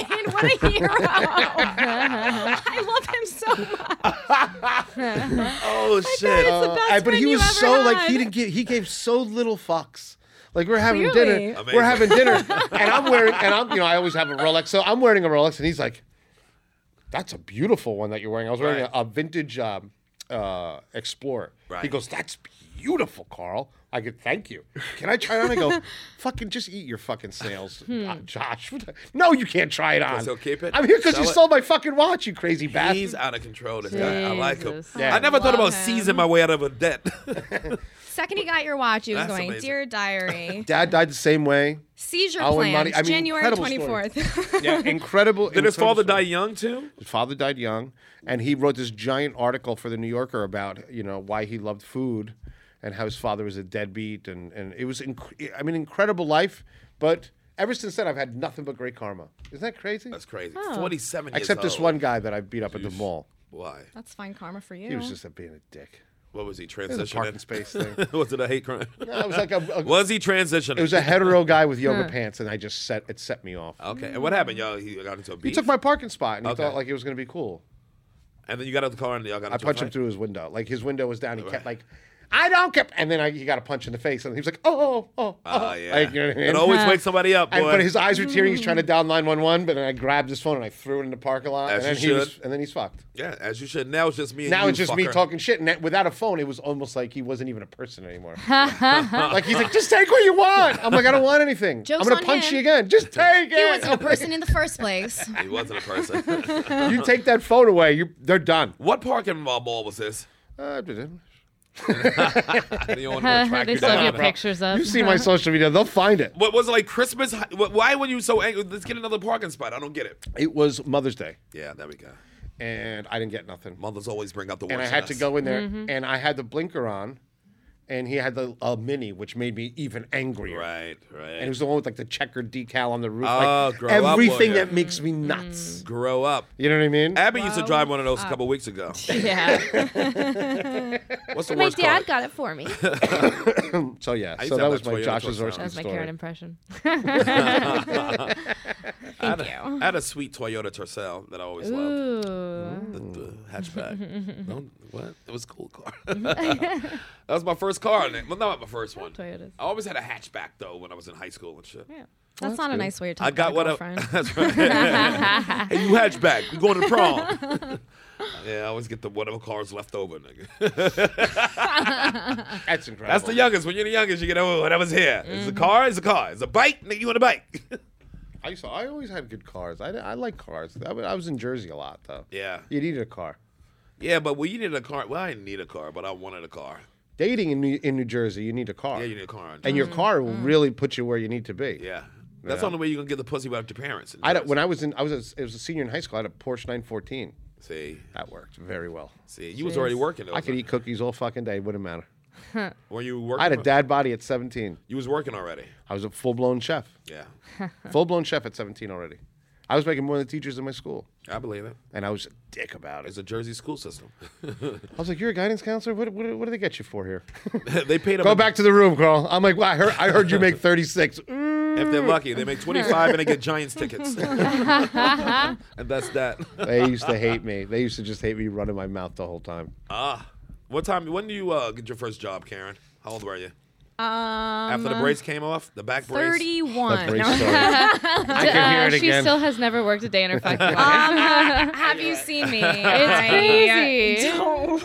(laughs) What a hero! I love him so much. Oh shit. It's the best I- Uh, but friend he you was ever so like had. he didn't give he gave so little fucks. Like we're having Clearly. dinner, Amazing. we're having dinner, and I'm (laughs) wearing and I'm you know I always have a Rolex, so I'm wearing a Rolex, and he's like, "That's a beautiful one that you're wearing." I was wearing Right. a, a vintage um, uh, Explorer. He Right. goes, "That's beautiful, Carl." I go, "Thank you." Can I try it on? I (laughs) go, "Fucking just eat your fucking snails, uh, Hmm. Josh." What the- No, you can't try it on. so keep it. I'm here because Sell you it. sold my fucking watch, you crazy bastard. Oh, He's out of control. This guy. I like him. Jesus. Yeah. I never thought Love about him. seizing my way out of a (laughs) debt. Second he got your watch, he was That's going, amazing. "Dear (laughs) diary, Dad died the same way. seizure Owen plans, Money- I mean, January incredible twenty (laughs) fourth. Yeah, incredible. Did his father die incredible story. young too? His father died young, and he wrote this giant article for the New Yorker about you know why he loved food, and how his father was a deadbeat, and and it was inc- I mean incredible life, but ever since then I've had nothing but great karma. Isn't that crazy? That's crazy. 47 years Except this old. one guy that I beat up at the mall. Why? That's fine karma for you. He (laughs) was just a, being a dick. What was he It was a parking transitioning? space thing. (laughs) was it a hate crime? No, it was like a, a- (laughs) Was he transitioning? it was a hetero guy with yoga pants, and I just set it set me off. okay. And what happened, y'all? He got into a beef. He took my parking spot, and he Oh, Okay. thought like it was gonna be cool. and then you got out the car and y'all got. I into a punched him fight? through his window. Like his window was down. (laughs) He kept like, I don't care. And then I, he got a punch in the face, and he was like, oh, oh, oh. oh. Oh yeah. Like, you know what I mean? It (laughs) always wakes somebody up, boy. And, but his eyes were tearing. He's trying to dial nine one one, but then I grabbed his phone and I threw it in the parking lot, As and you then he was, should. and then he's fucked. yeah, as you should. Now it's just me. And Now you, it's just me fucker. talking shit, and that- without a phone, it was almost like he wasn't even a person anymore. (laughs) like he's like, just take what you want. I'm like, I don't want (laughs) anything. Joke's I'm gonna on punch him. you again. Just take he it. wasn't (laughs) a person in the first place. He wasn't a person. (laughs) you take that phone away, you they're done. what parking mall mall was this? Uh, You don't (laughs) wanna track they you still down. have your pictures up. you see my social media, they'll find it. What was it like Christmas? Hi- wh- Why were you so angry? Let's get another parking spot. I don't get it. It was Mother's Day. Yeah, there we go. and I didn't get nothing. Mothers always bring out the And I worst in had to us. go in there, Mm-hmm. and I had the blinker on, and he had the a mini, which made me even angrier. Right, right. And it was the one with like the checkered decal on the roof, Oh, like grow up, will everything ya? that makes me Mm. nuts. Grow up. You know what I mean? Abby used to drive one of those a couple weeks ago. (laughs) yeah. (laughs) What's the my worst dad car? got it (laughs) for me. that So yeah, used so to that have was that my Toyota Josh Tucson. Zorski was my story. Karen (laughs) impression. Thank I had, you. I had a sweet Toyota Tercel that I always loved. Ooh. The, the hatchback. no, what? It was a cool car. (laughs) that was my first car. and it- Well, not my first one. Toyotas. I always had a hatchback though when I was in high school and shit. That's not a nice way to talk I got what about a I. (laughs) girlfriend. That's right. (laughs) hey, you hatchback. We going to prom. (laughs) yeah, I always get the whatever cars left over, nigga. That's incredible. That's the youngest. When you're the youngest, you get oh whatever's here. It's a car. It's a car. It's a bike. Nigga, you want a bike? (laughs) I used to, I always had good cars. I, I like cars. I, I was in Jersey a lot though. yeah. You needed a car. Yeah, but we needed a car. Well, I didn't need a car, but I wanted a car. dating in New, in New Jersey, you need a car. Yeah, you need a car on. Mm. and your car will really put you where you need to be. yeah. That's the only way you can get the pussy without your parents. I don't, when I was in, I was a, it was a senior in high school. I had a Porsche 914. see, That worked very well. see, you was already working. Though, I could eat cookies all fucking day. Wouldn't matter. Were you working? (laughs) I had a dad body at 17. You was working already. I was a full blown chef. (laughs) Yeah, Full blown chef at 17 already. I was making more than teachers in my school, I believe it. and I was a dick about it. It's a Jersey school system. (laughs) I was like, "You're a guidance counselor. What, what, what do they get you for (laughs) here? they paid them. Go back to the room, Carl." I'm like, well, "I heard, I heard you (laughs) make 36." If they're lucky, (laughs) they make 25 and they get Giants tickets. (laughs) and that's that. (laughs) they used to hate me. They used to just hate me running my mouth the whole time. Ah. What time, when do you uh, get your first job, Karen? How old were you? Um, After the brace came off, the back brace? That 31. (laughs) brace story. I can hear Uh, it she again. still has never worked a day in her fucking life. Have you seen me? It's crazy.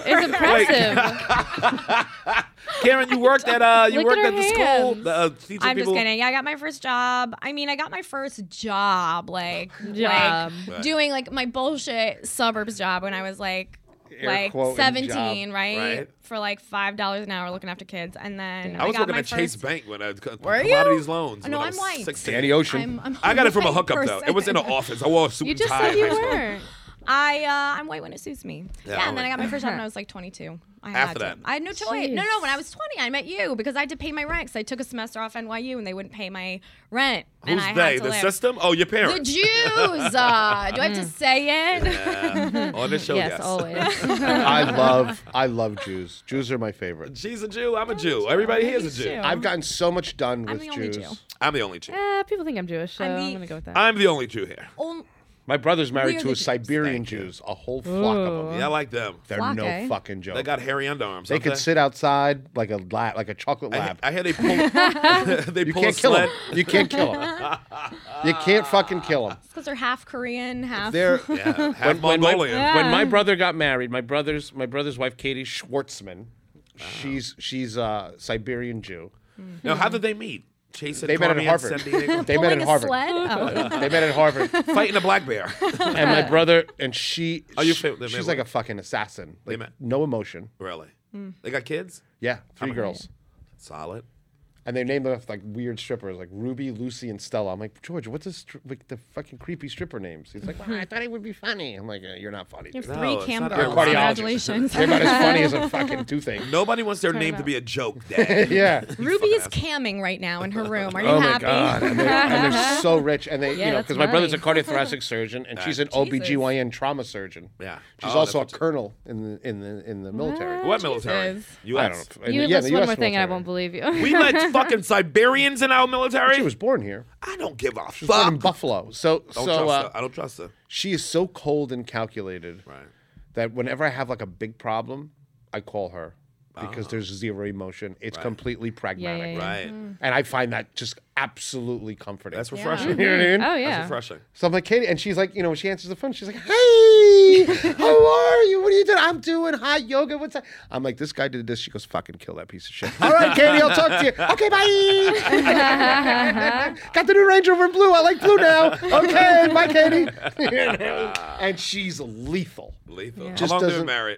It's impressive. Karen, you worked at uh, you Look at worked at, her the school. hands. The, uh, teaching I'm people. just kidding. I got my first job. I mean, I got my first job, like, Job. like Right. doing like my bullshit suburbs job when I was like, Air like quoting 17, job, right? right. For like five dollars an hour, looking after kids, and then I was got looking my at Chase first- Bank when I c- Were commodities you? Oh, loans. No, when I I'm was white. 16. Danny Ocean. I'm, I'm I got it from (laughs) a white hookup though. It was in an (laughs) person. office. I wore a suit You and just tie. said in you high school. weren't. I uh, I'm white when it suits me. Yeah, Yeah, I and then like I got my first job (laughs) when I was like 22. I had After to. that. I had no choice. No, no. Jeez. When I was 20, I met you because I had to pay my rent. Because I took a semester off NYU and they wouldn't pay my rent. and Who's I they? Had to The live. system? Oh, your The parents. Jews. Uh, do I have to say it? Yeah. On this show, yes. Yes, always. (laughs) uh, I love, I love Jews. Jews are my favorite. She's a Jew. I'm a Jew. Everybody here is a Jew. I've gotten so much done with I'm the only Jews. Jew. I'm the only Jew. Uh, people think I'm Jewish, so I'm the- I'm gonna go with that. I'm the only Jew here. Only- My brother's We married are to the a Jews. Siberian Jews, a whole flock of them. Yeah, I like them. They're Flock, no eh? fucking joke. They got hairy underarms. They don't could sit outside like a lab, like a chocolate I, lab. I hear they pull. they you pull can't a kill sled. them. You can't kill them. (laughs) you can't fucking kill them. because they're half Korean, half. They're Yeah, half when, when my, Mongolian. when my brother got married, my brother's my brother's wife Katie Schwartzman, she's she's a Siberian Jew. Now, how did they meet? Chasing They met at Tommy in Harvard. San Diego, They met pulling at a Harvard. sled. Oh. They met at Harvard, fighting a black bear. and my brother and she. Oh, you she- fit- they met she's like what? a fucking assassin. Like, met- no emotion. really? They got kids? Yeah, three girls. Solid. and they named them after like weird strippers, like Ruby, Lucy, and Stella. I'm like, George, what's this, stri- like the fucking creepy stripper names? He's like, well, I thought it would be funny. I'm like, "Uh, you're not funny. You Dude. have No, three it's cam not a girls. cardiologist. Congratulations. They're not as funny as a fucking (laughs) toothache. Nobody wants their name to be a joke, Dad. Yeah. Ruby is camming right now (laughs) in her room. Are you Oh my happy? god, and, they, and they're (laughs) so rich, and they, you know, that's because my brother's a money. cardiothoracic surgeon, and (laughs) she's an OBGYN trauma surgeon. Yeah. she's Oh, also a that's what- colonel in the in the in the military. what military? Jesus. U.S. I don't know. you Yeah, the would list one US more thing, and I military. won't believe you. (laughs) We let fucking Siberians in our military. She was born here. I don't give a She was born in fuck. Buffalo. So Don't so trust uh, her. I don't trust her. she is so cold and calculated. Right. that whenever I have like a big problem, I call her because Ah. there's zero emotion. It's completely pragmatic. yeah, Right. And I find that just absolutely comforting. That's refreshing. (laughs) you know what I mean? oh That's yeah. refreshing. So I'm like, Katie, and she's like, you know, when she answers the phone, she's like, hey, how are you? What are you doing? I'm doing hot yoga. What's that? I'm like, this guy did this. She goes, fucking kill that piece of shit. All right, Katie, I'll talk (laughs) to you. Okay, bye. (laughs) Got the new Range Rover in blue. I like blue now. Okay, bye, Katie. (laughs) (laughs) You know? and she's lethal. Lethal. How Just long they been doesn't- married?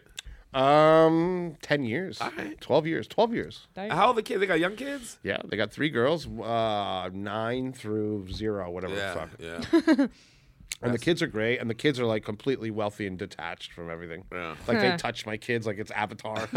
Um, ten years, twelve years, twelve years. How old the kids? They got young kids? Yeah, they got three girls, uh, nine through zero, whatever the Yeah. Oh, fuck. Yeah. (laughs) And the kids are great, and the kids are like completely wealthy and detached from everything. Yeah. Like they touch my kids like (laughs) it's Avatar.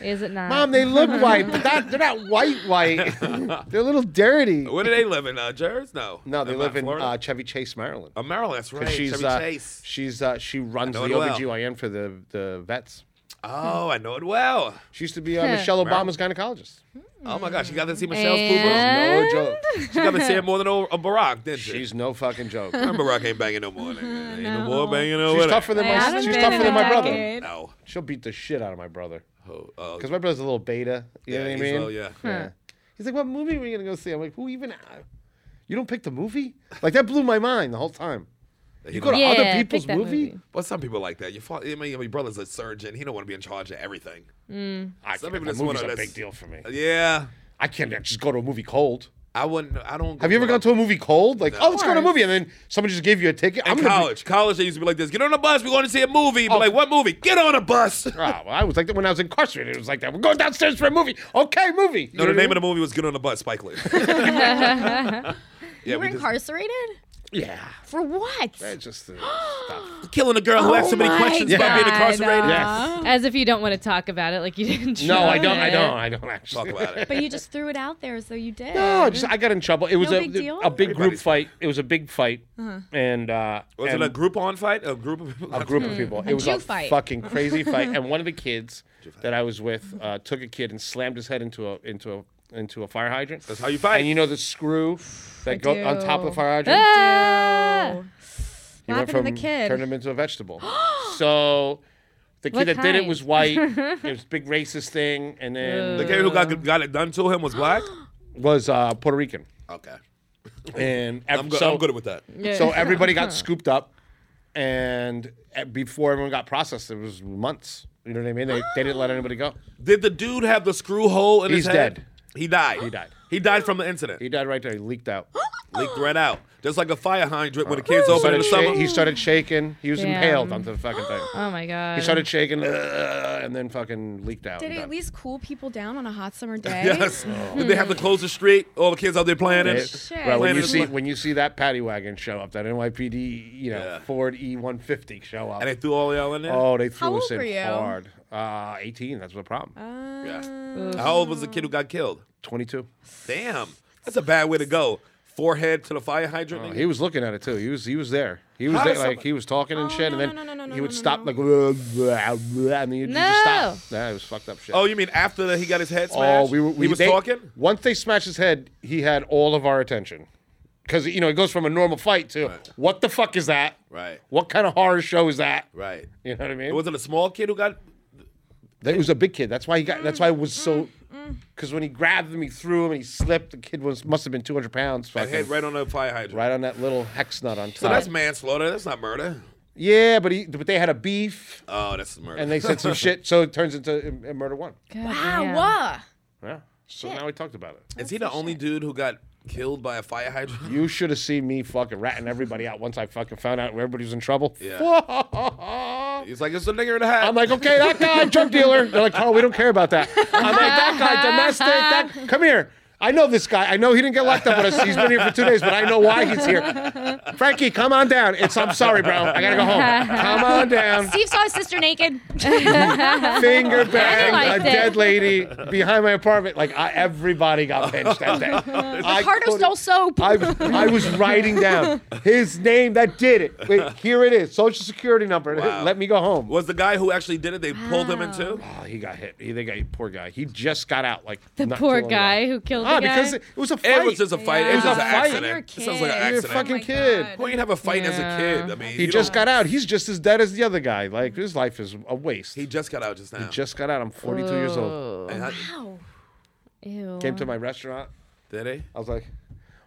Is it not? Mom, Um, they look white, but that, they're not white white. (laughs) they're a little dirty. Where do they live in? Uh, Jersey? No. No, they Not live in Florida? uh, Chevy Chase, Maryland. Oh, Maryland. That's right. 'Cause she's Chevy uh, Chase. she's uh, she runs the know it well. OBGYN for the the vets. Oh, I know it well. She used to be uh, Michelle Obama's gynecologist. Oh my gosh, you got to see Michelle's boobs. And- No joke. She got to see it more than old, uh, Barack, didn't she? She's no fucking joke. Barack ain't banging no more. Mm-hmm. nigga. Ain't no more banging no She's more. tougher than I my. haven't She's been tougher in a than my brother. decade. No. She'll beat the shit out of my brother. Oh, oh, Cause my brother's a little beta. You yeah, know what I he's mean? low, yeah. Yeah. He's like, "What movie are we gonna go see?" I'm like, "Who even? You don't pick the movie? Like that blew my mind the whole time. He You go to don't- Yeah, other pick people's that movie? movie. Well, some people like that. Your father, I mean, your brother's a surgeon. He don't want to be in charge of everything. I Some can't. people The just wanna- movie's a that's- big deal for me. Yeah. I can't just go to a movie cold. I wouldn't. I don't. Have you ever gone to a movie cold? Like, oh, let's go to a movie, and then someone just gave you a ticket. In gonna be- Oh. college, college, they used to be like this. Get on a bus. We're going to see a movie. But like, what movie? Get on a bus. Ah, well, I was like that when I was incarcerated. It was like that. We're going downstairs for a movie. Okay, movie. No, the name of the movie was Get on a Bus. (laughs) Spike Lee. (laughs) yeah, you were we just incarcerated Yeah. for what? It's (gasps) just uh, stuff. killing a girl who asked so Oh many questions about being incarcerated. Yes. As if you don't want to talk about it, like you didn't. No, I don't. try. I don't. I don't actually. Talk about (laughs) it. But you just threw it out there as though you did. No, just I got in trouble. It was No a big deal? Uh-huh. a big group Everybody's- fight. It was a big fight, and uh, Was and it a group on fight? Hmm. A group of people? a group of people. It was Jew a fight. fucking crazy (laughs) fight, and one of the kids that I was with uh, took a kid and slammed his head into a into a into a fire hydrant. That's how you fight. And you know the screw that go on top of the do. fire hydrant. Ah! He What went happened from to the kid? turned him into (gasps) a vegetable. so the kid What that did it was (laughs) kind? white. it was a big racist thing, and then (laughs) the guy who got, got it done to him was (gasps) black? was uh, Puerto Rican. okay. And I'm, good. so, I'm good with that. (laughs) so everybody got scooped up, and uh, before everyone got processed, it was months. You know what I mean? They, they didn't let anybody go. Did the dude have the screw hole in his He's head? dead. He died. He died. He died from the incident. He died right there. He (gasps) leaked out. Leaked right out. Just like a fire hydrant when the kids open in Started the sha- summer. he started shaking. He was Damn. impaled onto the fucking thing. Oh my god. (gasps) He started shaking, uh, and then fucking leaked out. Did and it at died. least cool people down on a hot (laughs) summer day? (laughs) Yes. Did they have to close the street? All the kids out there playing It- it. Shit. Bro, when Planet you is see black. when you see that paddy wagon show up, that NYPD, you know, Yeah. Ford E150 show up. And they threw all y'all in there? oh, they threw How us old were you? Oh. in hard. Uh, 18. That's the problem. Yeah. How old was the kid who got killed? 22. Damn. That's a bad way to go. Forehead to the fire hydrant. nigga. Oh, He was looking at it too. He was he was there. He was How there, does Oh, like somebody- he was talking and shit, no, and then no, no, no, no, he no, would no, stop no. like (laughs) blah, blah, blah, and then you just No. stop. That was fucked up shit. oh, you mean after that he got his head Oh, smashed? we were. We, he was they- talking? Once they smashed his head, he had all of our attention. Because you know it goes from a normal fight to what the fuck is that? Right. What kind of horror show is that? Right. You know what I mean? Was it a small kid who got. That was a big kid. That's why he got. That's why it was Mm, so. Because when he grabbed him, he threw him, and he slipped. The kid was must have been two hundred pounds. That fucking- head right on the fire hydrant. right on that little hex nut on top. So that's manslaughter. That's not murder. yeah, but he. But they had a beef, Oh, that's murder. and they said some shit. So it turns into in, in murder one. Wow. Yeah. wah. Yeah. So now we talked about it. Is he the only dude who got killed by a fire (laughs) hydrant? You should have seen me fucking ratting everybody out once I fucking found out everybody was in trouble. Yeah. He's like, it's a nigger in a hat. (laughs) I'm like, okay, that guy, drug dealer. They're like, Carl, we don't care about that. I'm like, that guy, domestic. That, come here. I know this guy. I know he didn't get locked up on us. He's been here for two days, but I know why he's here. Frankie, come on down. It's I'm sorry, bro. I gotta go home. Come on down. Steve saw his sister (laughs) naked. (laughs) Finger bang liked a it. dead lady behind my apartment. Like I, everybody got pinched that (laughs) day. I Carter couldn't- stole soap. I, was- I was writing down his name that did it. Wait, here it is. Social security number. Wow. Let me go home. Was the guy who actually did it, they pulled him into? Oh, he got hit. He, they got poor guy. He just got out like the not poor too long guy ago. who killed Uh, ah the guy. because it, it was a fight. It was just a fight. It was Yeah. just an It was a fight. You're a accident. It sounds like an kid. You're a accident. fucking Oh my kid. God. Well, you'd have a fight as a kid. I Yeah. mean, He just got out. He's just as dead as the other guy. Like his life is a waste. He Oh. just got out just now. just got out. I'm 42 years old. And I- Wow. Ew. Came to my restaurant. did he? I was like,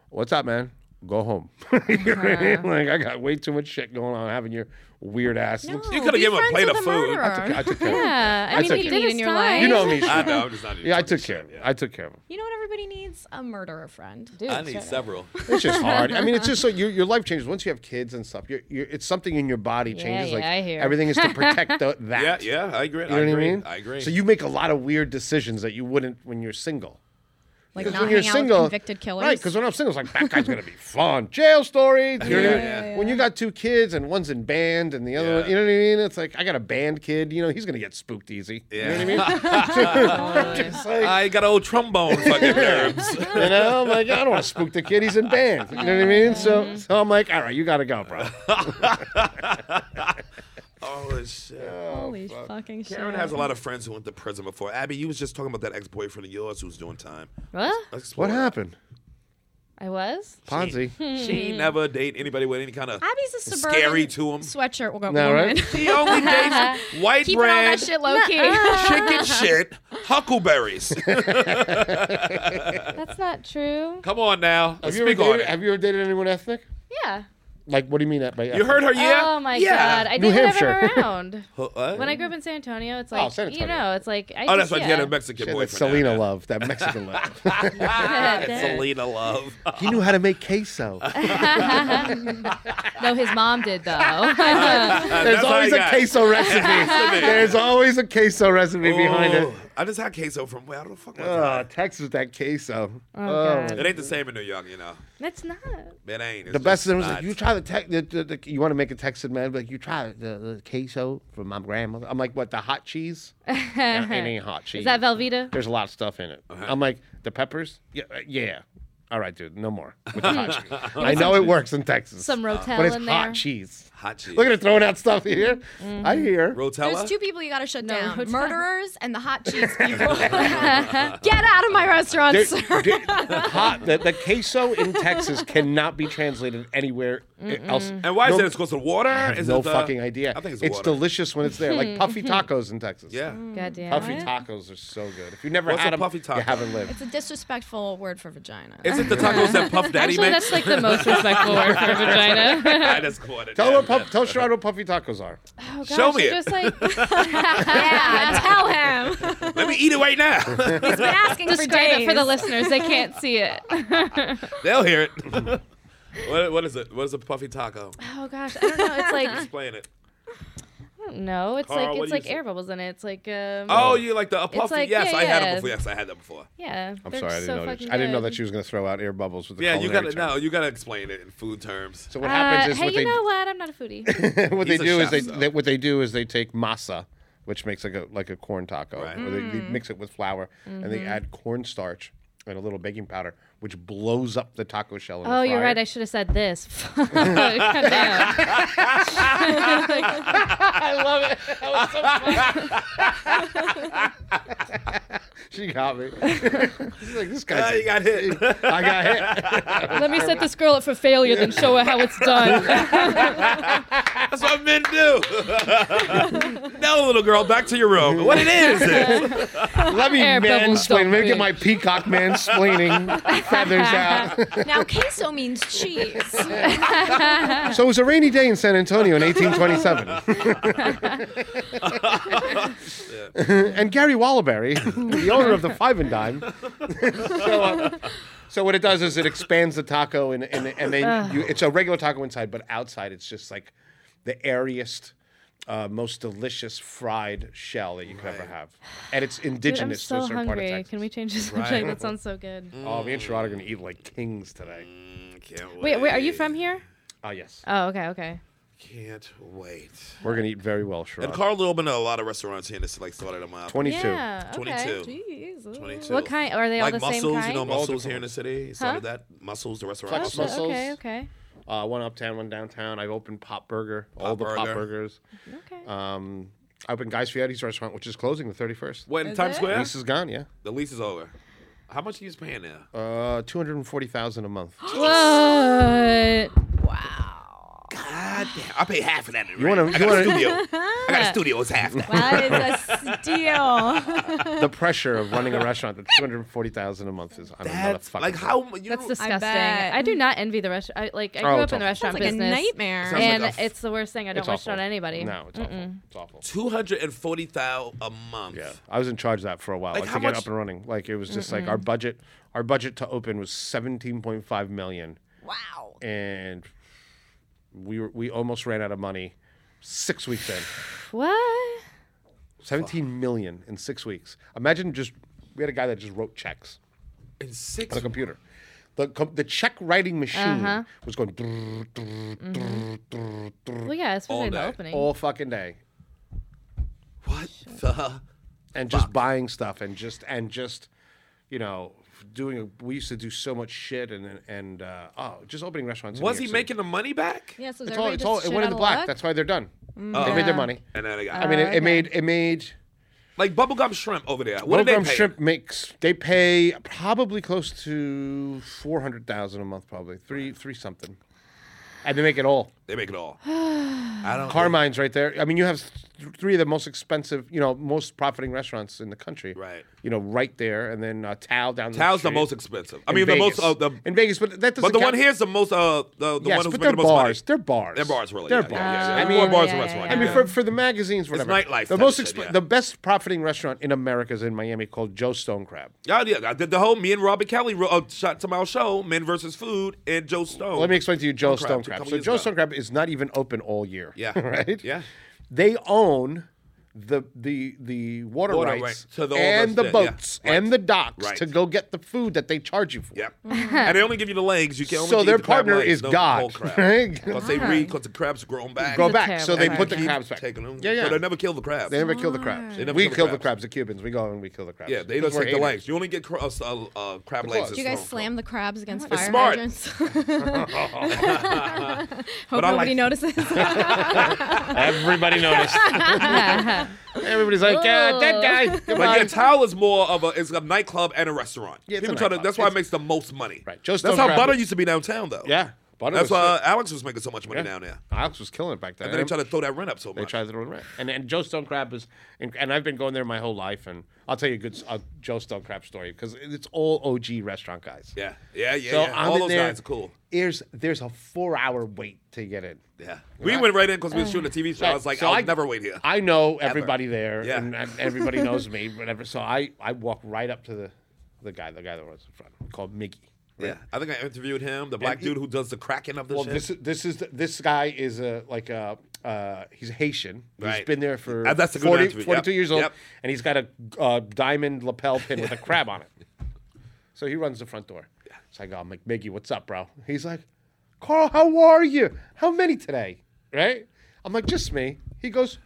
"What's up, man? Go home." (laughs) You know what I mean? like I got way too much shit going on. Having your weird ass. No, You coulda Oh, be gave him a friends plate with of the food. murderer. I I took care. of him. yeah, I I mean, took he it. did You his in your time. life. You know me. I Sean. know. Ah, I'm just not. even (laughs) Yeah, I talking took shit, care of him. yeah. I took care of him. You know what everybody needs? A murderer friend. Dude, I need shut up. several. It's just hard. I mean, it's just so your, your life changes once you have kids and stuff. You're, you're, it's something in your body Yeah, changes. yeah, like I hear. everything is to (laughs) protect the, that. Yeah, yeah, I agree. You know I what agree. I mean? I agree. So you make a lot of weird decisions that you wouldn't when you're single. Like 'Cause not when you're hang out single, with convicted killers. right? Because when I'm single, it's like that guy's gonna be fun. Jail stories. You know what I mean? Yeah, When you got two kids and one's in band and the other, Yeah. one, you know what I mean? It's like I got a band kid. You know he's gonna get spooked easy. yeah. (laughs) It's like, I got old trombone (laughs) fucking nerves. you know, I'm like I don't want to spook the kid. He's in band. You know what I mean? Mm-hmm. So, so I'm like, all right, you gotta go, bro. oh (laughs) shit. Holy fucking shit. Karen has a lot of friends who went to prison before. Abby, you was just talking about that ex-boyfriend of yours who's doing time. What? Let's explore What that. (laughs) happened? I was. Ponzi. She never date anybody with any kind of Abby's a suburban scary to him. sweatshirt woman. (laughs) No, right? She only dates (laughs) white Keeping all bread, that shit low key. (laughs) (laughs) chicken shit, (laughs) huckleberries. That's not true. Come on now. Have Let's you, ever speak on dated, it. have you ever dated anyone ethnic? Yeah. Like, what do you mean that by You heard her, yeah? Oh my yeah. god! I New didn't have Hampshire. him around. What? when I grew up in San Antonio, it's Oh, like San you Antonio. know, it's like I oh, just, that's why yeah. you had a Mexican Shit, boyfriend. that (laughs) Selena love, that Mexican love. That's Selena (laughs) love. he knew how to make queso. no, his mom did (laughs) Oh, though. There's That's all always I a got. (laughs) queso recipe. There's always a queso recipe behind it. Ooh, I just had queso from where? How the fuck was Oh, that? Texas, that queso. oh Oh. god, It ain't the same in New York, you know. that's not. It ain't. It's The best just thing was like, not. you try the, tech the, the, the you want to make a Texan man, but you try the, the queso from my grandmother. I'm like, what? The (laughs) hot cheese? Nah, it ain't hot cheese. Is that Velveeta? There's a lot of stuff in it. Uh-huh. I'm like, the peppers? Yeah, uh, yeah. All right, dude, no more. With the (laughs) hot cheese. I know it works in Texas, Some Rotel but it's in hot there. cheese. hot cheese. Look at her throwing out stuff here. I Mm-hmm. hear. Rotella. There's two people you gotta shut No, down: who's that? murderers and the hot (laughs) cheese people. (laughs) Get out of my restaurant, There- sir. (laughs) there- hot, the, the queso in Texas cannot be translated anywhere else. and why No- is it? It's close to water. I have is no it the, fucking idea. I think it's, water. delicious when it's there, Hmm. like puffy tacos in Texas. Yeah. God damn puffy it. tacos are so good. If you never What's a had 'em, puffy taco? you haven't (laughs) lived. It's a disrespectful word for vagina. Is it the tacos that Puff Daddy Actually, makes? that's like the most respectful word for vagina. I just caught it. Tell Yeah, her, puff, man. tell Sherrod what puffy tacos are. Oh, (laughs) Show gosh, me I it. Just like yeah, tell him. Let (laughs) me eat it right now. He's (laughs) been asking describe it for the days. listeners. They can't see it. They'll hear it. (laughs) what, what is it? What is a puffy taco? Oh gosh, I don't know. It's (laughs) like Explain it. no, it's Carl, like what it's do you like say? air bubbles in it. It's like um, Oh, you like the a puffy? like- yes, yeah, I had yeah. them before. Yes, I had them before. yeah. I'm they're sorry, I didn't so know. That fucking I didn't know good. that she was going to throw out air bubbles with the Yeah, you culinary gotta term. no, you gotta explain it in food terms. So what Uh, happens is hey, what you they know what? I'm not (laughs) a foodie. what they He's a do chef, is though. they, they what they do is they take masa, which makes like a like a corn taco, Right. where they, Mm. they mix it with flour and Mm-hmm. they add cornstarch and a little baking powder, which blows up the taco shell. In the Oh, you're fryer. right. I should have (laughs) said this. (laughs) Oh, Fuck, no. (laughs) (laughs) she got (laughs) me. She's like this Ah, guy. you got hit. (laughs) I got hit. Let me set this girl up for failure, then show her how (laughs) it's done. That's what men do. (laughs) no, little girl, back to your room. What it (laughs) is? Let me (laughs) Air mansplain. bubbles don't Let me get breathe. my peacock (laughs) mansplaining feathers out. Now queso means cheese. (laughs) So it was a rainy day in San Antonio in 1827. and Gary Wallaberry, the owner of the Five and (laughs) Dime. so, uh, so what it does is it expands the taco, and and, and they you, it's a regular taco inside, but outside it's just like the airiest. Uh, most delicious fried shell that you could ever have, and it's Dude, (laughs) I'm indigenous to a so certain part of hungry. Texas. Can we change (laughs) the subject? That sounds so good. Oh, me and Sherrod are gonna eat like kings today. (laughs) Can't Wait, wait, are you from here? Oh yes, Oh, okay, okay. Can't wait. we're gonna eat very well, And Sherrod. Carl Little been to a lot of restaurants here that's like started them up. Twenty-two. Yeah, okay. 22. Jeez. 22. What kind? Are they all Like the muscles, same you know, kind? All muscles different here in the city. He started that. Muscles, the restaurant. Flex Oh, Muscles. muscles. Okay, okay, Uh, one uptown, one downtown. I've opened Pop Burger, all the Pop Burger. Burgers. okay. Um, I opened Guy's Fieri's restaurant, which is closing the 31st. What in Times Square? Lease is gone, yeah. The lease is over. How much are you paying now? Uh, 240000 a (gasps) month. what? God damn, I pay half of that. You wanna- I you got a wanna- studio. I got a studio. It's half that. That is a steal. the pressure of running a restaurant at 240000 a month is, I'm That's not a like how you. That's disgusting. bet. I, do not envy the restaurant. I, like I grew Oh, up it's in the awful. restaurant Sounds like a business, nightmare. Sounds like and a f- it's the worst thing. I don't It's wish it awful. on anybody. No, it's awful. It's awful. Two hundred and forty thousand a month. Yeah, I was in charge of that for a while. Like, how to get much- up and running. Like it was just like Mm. our budget. Our budget to open was 17.5 million, Wow. and we were, we almost ran out of money six weeks in. What? 17 million in six weeks. Imagine just, we had a guy that just wrote checks In six. on a computer. The, com- the check writing machine was going drrr, drrr, drrr, drrr, drrr, Well, yeah, especially All in the day. opening. all fucking day. What the? And just buying stuff and just, and just, you know, doing, a, we used to do so much shit and, and uh, oh, just opening restaurants. in Was New he York City. making the money back? Yeah, so It's all, it's all, it went in the black. That's why they're done. They made their money. And then I got. I mean, it, it made, it made, Like bubblegum shrimp over there. What What did they Bubblegum pay? Shrimp makes they pay probably close to four hundred thousand a month, probably three three something, and they make it all. They make it all. I don't. Carmine's right there. I mean, you have th- three of the most expensive, you know, most profiting restaurants in the country. Right. You know, right there, and then uh, Tao down. Tao's the, the street. most expensive. I In mean, the Vegas. most. Uh, the, in Vegas, but that doesn't. but the one count- here's the most. Uh, the the Yes, one who's but they're making the most money. bars. They're bars. They're bars, really. They're yeah, yeah, bars. yeah, I yeah. mean- more bars Yeah, than yeah, restaurants. I mean, yeah. for, for the magazines, whatever. nightlife The type most of shit, exp- yeah. the best profiting restaurant in America is in Miami called Joe Stone Crab. Yeah, yeah. I did the whole me and Robert Kelly ro- uh, shot to my show, Men versus Food, and Joe Stone. Let me explain to you Joe Crab, Stone two Crab. couple So years Joe ago. Stone Crab is not even open all year. Yeah. (laughs) right. Yeah. They own the the the water, Water rights rights to the whole and the restaurant, yeah. boats and the docks Right. to go get the food that they charge you for. Yep. (laughs) and they only give you the legs. You can only So eat their the crab partner legs, is no God, Whole crab. (laughs) right? Because they read, because the crab's grown back. Go a back. terrible So they put the idea. crabs back. Taking them. Yeah, yeah. So they never kill the crabs. They never kill the crabs. They never we kill the kill the crabs. crabs. The Cubans. We go and we kill the crabs. yeah, they Because just we're take the haters. legs. You only get cra- uh, uh, crab legs. Do Do you It's guys wrong. slam the crabs against It's fire smart. (laughs) hydrants? (laughs) Hope I nobody like- notices. (laughs) (laughs) Everybody (laughs) noticed. Everybody's like, yeah, that guy. But Goodbye. yeah, Tao is more of a it's a nightclub and a restaurant. Yeah, it's a People try to, nightclub. that's why It's- it makes the most money. Right. Joe that's Stone how Crab- butter used to be downtown though. Yeah, butter That's was why Alex was making so much money Yeah. down there. Alex was killing it back then. And then they try to throw that rent up so They much. tried to run around. And and Joe Stone Crab is, and, and I've been going there my whole life. And I'll tell you a good s- a Joe Stone Crab story because it's all OG restaurant guys. yeah. Yeah, yeah, So yeah. I'm All in those there. guys are cool. There's there's a four hour wait to get in. Yeah. We went right in because we were shooting a TV show. I was like, So I'll never wait here. I know everybody there, Yeah. and, and everybody knows me, whatever. So I I walk right up to the the guy, the guy that was in front, called Miggy. yeah. I think I interviewed him, the black he- dude who does the cracking of the Well, shit. this this is this guy is a like a uh, he's Haitian. He's Right. been there for Uh, that's a good 40 answer. Yep. 42 years old, Yep. and he's got a uh, diamond lapel pin with a crab on it. So he runs the front door. So I go, I'm like, Miggy, what's up, bro? He's like, Carl, how are you? How many today? Right? I'm like, just me. He goes,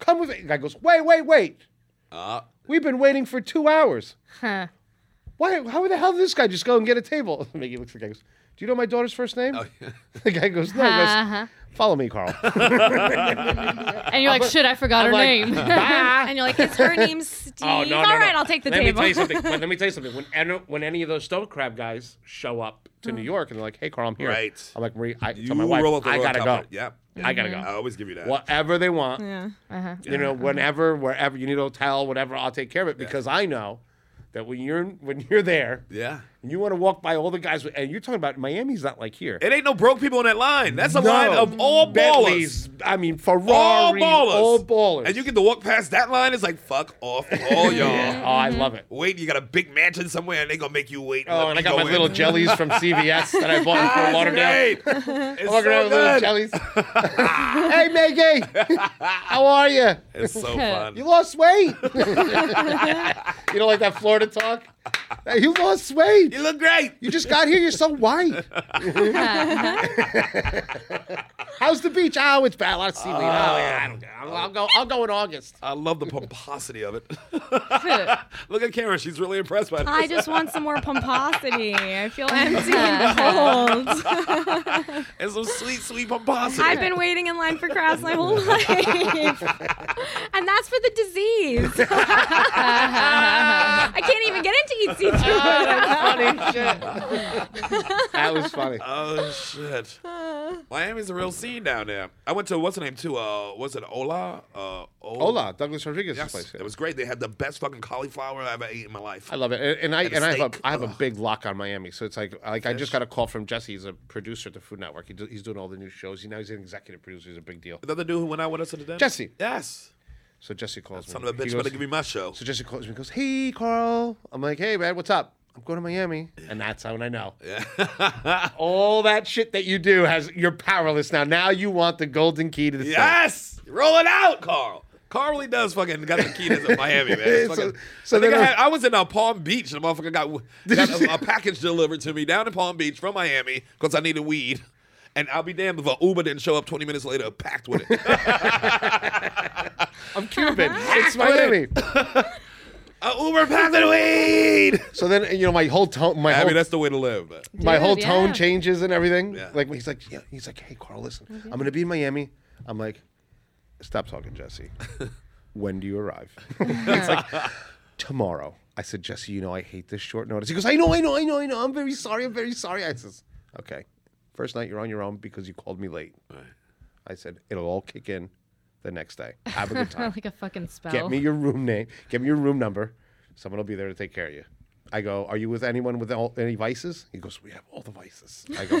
come with me. The guy goes, wait, wait, wait. Uh. We've been waiting for two hours. (laughs) (laughs) Huh. Why? How the hell did this guy just go and get a table? (laughs) Mickey looks at the guy and goes, Do you know my daughter's first name? (laughs) The guy goes, No. He goes, Follow me, (laughs) Carl. Uh-huh. And you're like, shit, I forgot her like, (laughs) name. "Bye." and you're like, (laughs) it's her Oh, name's Steve. All right, I'll take the let table. Me tell you something. But let me tell you something. When, any- when any of those stone crab guys show up to Hmm. New York and they're like, Hey, Carl, I'm here. Right. I'm like, Marie, I you tell my wife, roll up the I road gotta go. cover. Yeah. Oh, I gotta go. I always give you that. Whatever they want. Mm-hmm. yeah. uh-huh. you know, whenever, wherever you need a hotel, whatever, I'll take care of it because I know that when you're when you're there, Yeah. and you want to walk by all the guys, and you're talking about Miami's not like here. It ain't no broke people on that line. That's a No. line of all ballers. Bentleys, I mean Ferraris, All ballers. all ballers. And you get to walk past that line, it's like, fuck (laughs) off, all y'all. Yeah. Oh, I love it. Wait, you got a big mansion somewhere, and they gonna make you wait. Oh, let and me I got my go in. little (laughs) jellies from CVS that I bought in Fort Lauderdale. Great. It's I'm walking around so with little good. (laughs) jellies. hey, Maggie, how are you? It's so fun. You lost (laughs) weight. you know, like that Florida talk. Hey, you lost weight. You look great. You just got here. You're so (laughs) white. How's the beach? Oh, it's bad. A lot of seaweed. oh yeah, I don't care. I'll, I'll go. I'll go in August. I love the pomposity (laughs) of it. look at Karen; she's really impressed by (laughs) I this. just want some more pomposity. I (laughs) feel empty (laughs) and cold. It's some sweet, sweet pomposity. I've been waiting in line for crabs my (laughs) whole life. and that's for (laughs) the disease. I can't even get into E (laughs) Oh, eat Oh, seafood. That was (laughs) funny. Oh (laughs) shit! Uh. Miami's a real scene down there. I went to what's her name too? Uh, was it Ola? Uh, Ola. Hola, Douglas Rodriguez's Yes, place. yeah. it was great. They had the best fucking cauliflower I ever ate in my life. I love it, and, and I And a and I have a steak. I have a Ugh. big lock on Miami, so it's like like I just got a call from Jesse. He's a producer at the Food Network. He do, he's doing all the new shows. He now he's an executive producer. He's a big deal. Another dude who went out with us to the dinner. Jesse. Yes. So Jesse calls Son me. of a He bitch, goes- better give me my show. So Jesse calls me and goes, Hey, Carl. I'm like, Hey, man, what's up? I'm going to Miami. And that's how I know. (laughs) All that shit that you do has, you're powerless now. Now you want the golden key to the thing. Yes, roll it out, Carl. Carl really does fucking got the key to Miami, (laughs) man. It's So- Fucking, so I, think then I, I- had, I was in uh, Palm Beach, and the motherfucker (laughs) got, got a, a package delivered to me down in Palm Beach from Miami because I needed weed. And I'll be damned if a Uber didn't show up 20 minutes later, packed with it. I'm Cuban. it's Miami. (laughs) a Uber packed with (laughs) weed. so then, you know, my whole tone, my I whole, mean, that's the way to live. But my whole Dude, tone yeah. changes and everything. Yeah. Like, he's like, yeah. He's like, Hey, Carl, listen, I'm going to be in Miami. I'm like, Stop talking, Jesse. when do you (laughs) arrive? it's like, tomorrow. I said, Jesse, you know I hate this short notice. He goes, I know, I know, I know, I know. I'm very sorry. I'm very sorry. I says, okay. First night you're on your own because you called me late. I said, it'll all kick in the next day. Have a good (laughs) time. (laughs) like a fucking spell. Get me your room name. Get me your room number. Someone will be there to take care of you. I go, are you with anyone with all, any vices? He goes, we have all the vices. I go,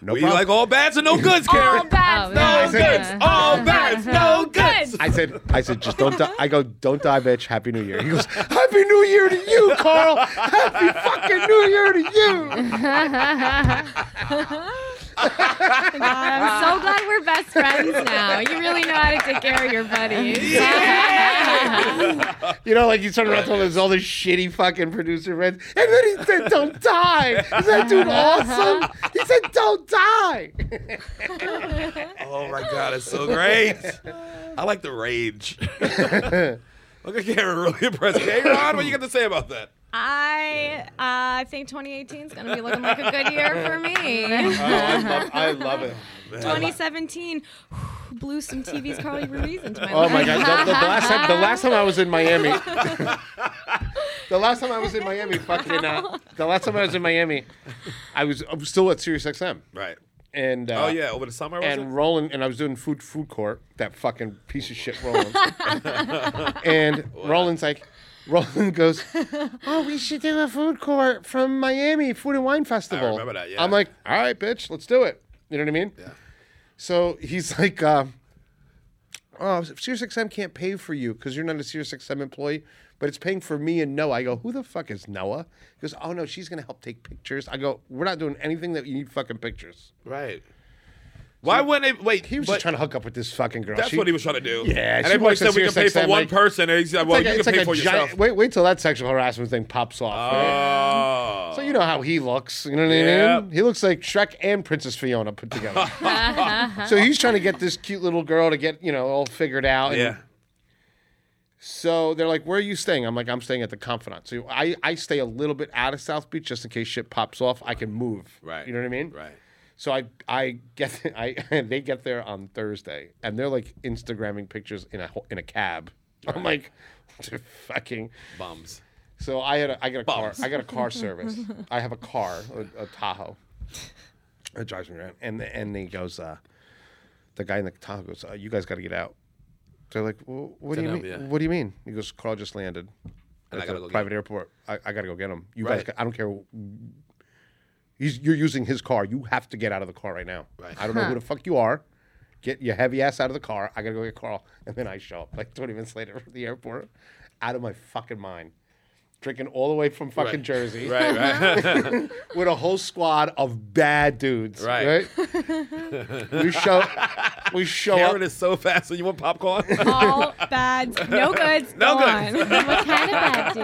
no We problem. like all bads and no goods, All Karen. bad. Oh, no all yeah. goods, (laughs) all bads, no goods. I said, I said, just don't die. I go, don't die, bitch. Happy New Year. He goes, Happy New Year to you, Carl. Happy fucking New Year to you. I'm so glad we're best friends Oh, now. You really (laughs) know how to take care of your buddies. (laughs) (laughs) (laughs) You know, like you turn around to all this, all this shitty fucking producer friends. And then he said, don't die. Is that dude awesome? He said, don't die. Oh my god, it's so great. I like the rage. Look at Karen, really impressed. Hey, Ron, what you got to say about that? I uh, think 2018 is going to be looking like a good year for me. (laughs) I love, I love it. 2017 (sighs) blew some TV's Carly Ruiz into my Oh life. my god! The, the last time, the last time I was in Miami, (laughs) the last time I was in Miami, fucking, uh, the last time I was in Miami, I was, I was still at SiriusXM, Right. and uh, Oh yeah, over the summer. Was it? and Roland and I was doing food food court that fucking piece of shit (laughs) Roland, and Roland's like. Roland goes, Oh, we should do a food court from Miami Food and Wine Festival. remember that, yeah. I'm like, All right, bitch, let's do it. You know what I mean? Yeah. So he's like, uh, Oh, SiriusXM can't pay for you because you're not a SiriusXM employee, but it's paying for me and Noah. I go, Who the fuck is Noah? He goes, Oh, no, she's going to help take pictures. I go, We're not doing anything that you need fucking pictures. Right. Why wouldn't they wait? He was but just trying to hook up with this fucking girl. that's She- what he was trying to do. Yeah, and she everybody works said at we can pay for SiriusXM, one like- person, and he said, it's "Well, like a- you it's can like pay a for giant- (laughs) yourself." Wait, wait till that sexual harassment thing pops off. right? Oh, So you know how he looks. You know what I Yep. mean? He looks like Shrek and Princess Fiona put together. so he's trying to get this cute little girl to get you know all figured out. and yeah. So they're like, "Where are you staying?" I'm like, "I'm staying at the Confidant." So I I stay a little bit out of South Beach just in case shit pops off. I can move. Right. You know what I mean? Right. So I I get (laughs) I they get there on Thursday and they're like Instagramming pictures in a ho- in a cab. I'm like, (laughs) they're fucking. Bums. So I had a, I got a car Bums. I got (laughs) a car service. I have a car a, a Tahoe. It drives me around and and he goes uh, the guy in the Tahoe goes uh, you guys got to get out. They're like, well, what do you Tell mean? him, yeah. What do you mean? He goes, Carl just landed. And I at gotta the go get private him." airport. I, I gotta go get him. You guys, Right. ca- I don't care. He's, you're using his car. You have to get out of the car right now. Right. I don't know who the fuck you are. Get your heavy ass out of the car. I gotta go get Carl, and then I show up like 20 minutes later (laughs) from the airport, out of my fucking mind, drinking all the way from fucking Right. Jersey Right. (laughs) Right. with a whole squad of bad dudes. Right. (laughs) right? we show, we show up. Karen is so fast. So you want (laughs) popcorn? All bad, no goods. No go (laughs) goods. on. (laughs) What kind of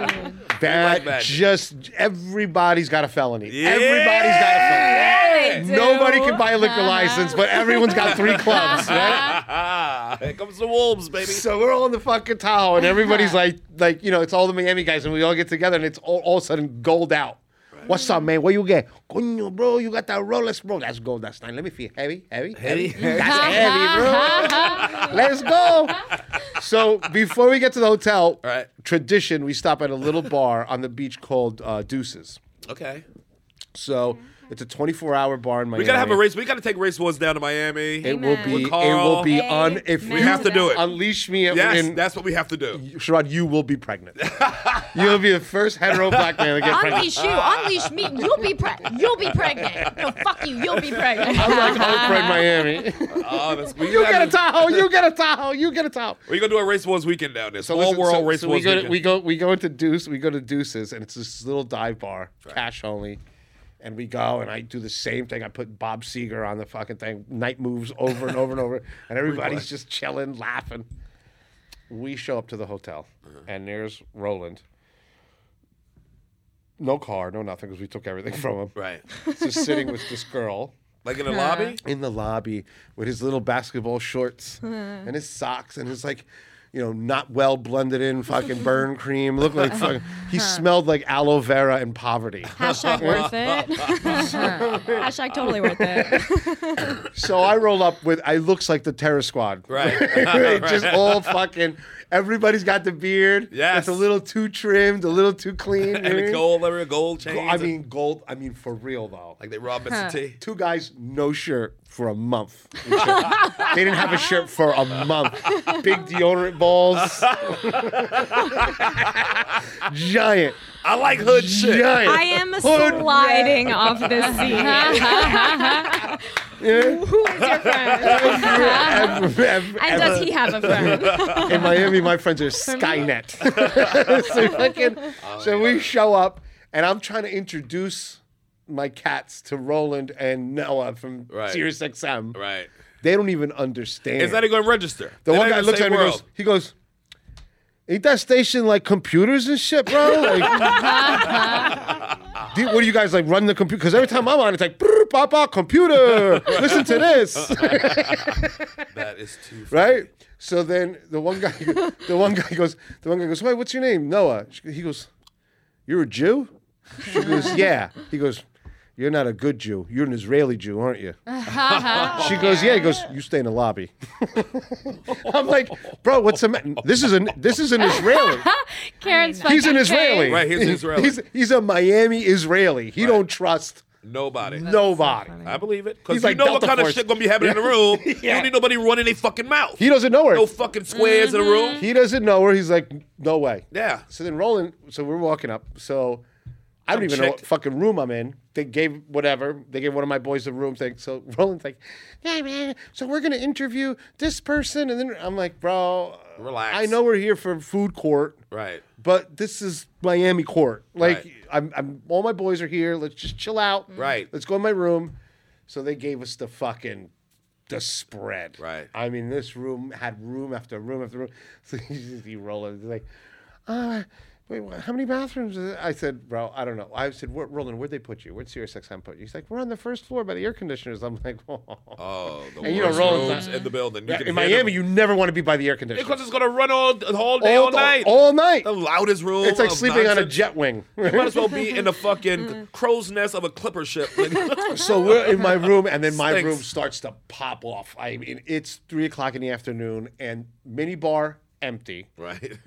(laughs) bad dude? (laughs) Bad, like bad. just everybody's got a felony. Yeah. Everybody's got a They felony. do. Nobody can buy a liquor license, but everyone's (laughs) got three clubs, right? Here comes the wolves, baby. So we're all in the fucking Tahoe, and everybody's like, like you know, it's all the Miami guys, and we all get together, and it's all, all of a sudden gold out. What's up, man? What you get? Coño, bro, you got that Rolex, bro. That's gold. That's nice. Let me feel heavy, heavy, heavy. (laughs) That's heavy, bro. Let's go. So before we get to the hotel, Right. tradition, we stop at a little bar on the beach called uh, Deuces. Okay. So it's a 24-hour bar in Miami. Mm-hmm. We gotta have a race. We gotta take race wars down to Miami. It will be. It Carl. will be on. If We we have to do it. Unleash me. yes, and that's what we have to do. Sherrod, you will be pregnant. (laughs) You'll be the first hetero black man to (laughs) get pregnant. Unleash you, unleash me. You'll be pregnant. You'll be pregnant. No, fuck you. You'll be pregnant. I'm like Oprah in Miami. Oh, that's, we (laughs) you get gotta- a Tahoe. You get a Tahoe. You get a Tahoe. We're gonna do a race wars weekend down there. So All listen, world so- race so we wars go, to, weekend. we go we go into Deuce. We go to Deuces, and it's this little dive bar, cash only. And we go, and I do the same thing. I put Bob Seger on the fucking thing. Night moves over and over and (laughs) over, and everybody's just chilling, laughing. We show up to the hotel, and there's Roland. No car, no nothing, because we took everything from him. (laughs) right. Just sitting with this girl Like in the lobby. in the lobby with his little basketball shorts and his socks and his like you know not well blended in fucking burn cream looked like fucking, he smelled like aloe vera and (laughs) poverty (laughs) Hashtag worth it. Hashtag totally worth it. (laughs) so i roll up with i looks like the terror squad Right. (laughs) just all fucking Everybody's got the beard. Yes. It's a little too trimmed, a little too (laughs) clean. and the right? gold, every gold Go- chain. I mean, gold. I mean, for real though. Like like they robbed Mr. T. two guys, no shirt for a month. they didn't have a shirt for a month. Big deodorant balls. Giant. I like hood shit. Giant. I am sliding off this (laughs) seat. Yeah. Who is your (laughs) friend? Ev- ev- And does ev- he have a friend? in Miami, my friends are Skynet. (laughs) so fucking, Oh, so we show up, and I'm trying to introduce my cats to Roland and Noah from Right. Sirius XM. Right. They don't even understand. It's not even going to register. the They're one not guy in looks same at me and goes, world. he goes, Ain't that station like computers and shit, bro? Like, do- what do you guys like run the computer? Because every time I'm on, it's like, "Brr, papa, computer, listen to this. That is (laughs) too funny. right? So then the one guy, the one guy goes, the one guy goes, wait, what's your name? Noah. She- He goes, you're a Jew. She goes, yeah. He goes, you're not a good Jew. You're an Israeli Jew, aren't you? she goes, yeah. He goes, you stay in the lobby. (laughs) I'm like, bro, what's the matter? This is an this is an Israeli. (laughs) Karen's He's (laughs) an fucking Israeli. face. Right, he's an Israeli. He's, he's a Miami Israeli. He don't trust Nobody. nobody. I believe it. He's Because you like know what Delta kind of Force. shit going to be (laughs) happening in the room. You don't need nobody running their fucking mouth. He Mm-hmm. doesn't know her. no fucking squares in the room. He doesn't know her. He's like, no way. Yeah. So then Roland, so we're walking up. So I don't Some even know what chick- fucking room I'm in. They gave whatever. They gave one of my boys a room thing. So (laughs) Roland's like, yeah, man. So we're gonna interview this person, and then I'm like, bro, Relax. I know we're here for food court, Right. but this is Miami court. Like, Right. Mm-hmm. I'm, I'm, all my boys are here. Let's just chill out. Right. Let's go in my room. So they gave us the fucking the spread. Right. I mean, this room had room after room (laughs) after room. So you just you roll it. It's like, uh, wait, wha- how many bathrooms? Is it? I said, bro, I don't know. I said, where, Roland, where'd they put you? Where'd SiriusXM put you? He's like, we're on the first floor by the air conditioners. I'm like, (laughs) oh. Oh, the And you worst know Roland's rooms not- in the building. You can hear in them. (laughs) Miami, you never want to be by the air conditioners. Because it's going to run all, the whole day, all, night. All night. the loudest room. It's like of sleeping on a nonsense. jet Mm. wing. You might as well be (laughs) in the fucking crow's nest of a clipper ship. so we're in my room, and then my Stinks. room starts to pop off. I mean, it's three o'clock in the afternoon, and mini bar empty. (laughs) right.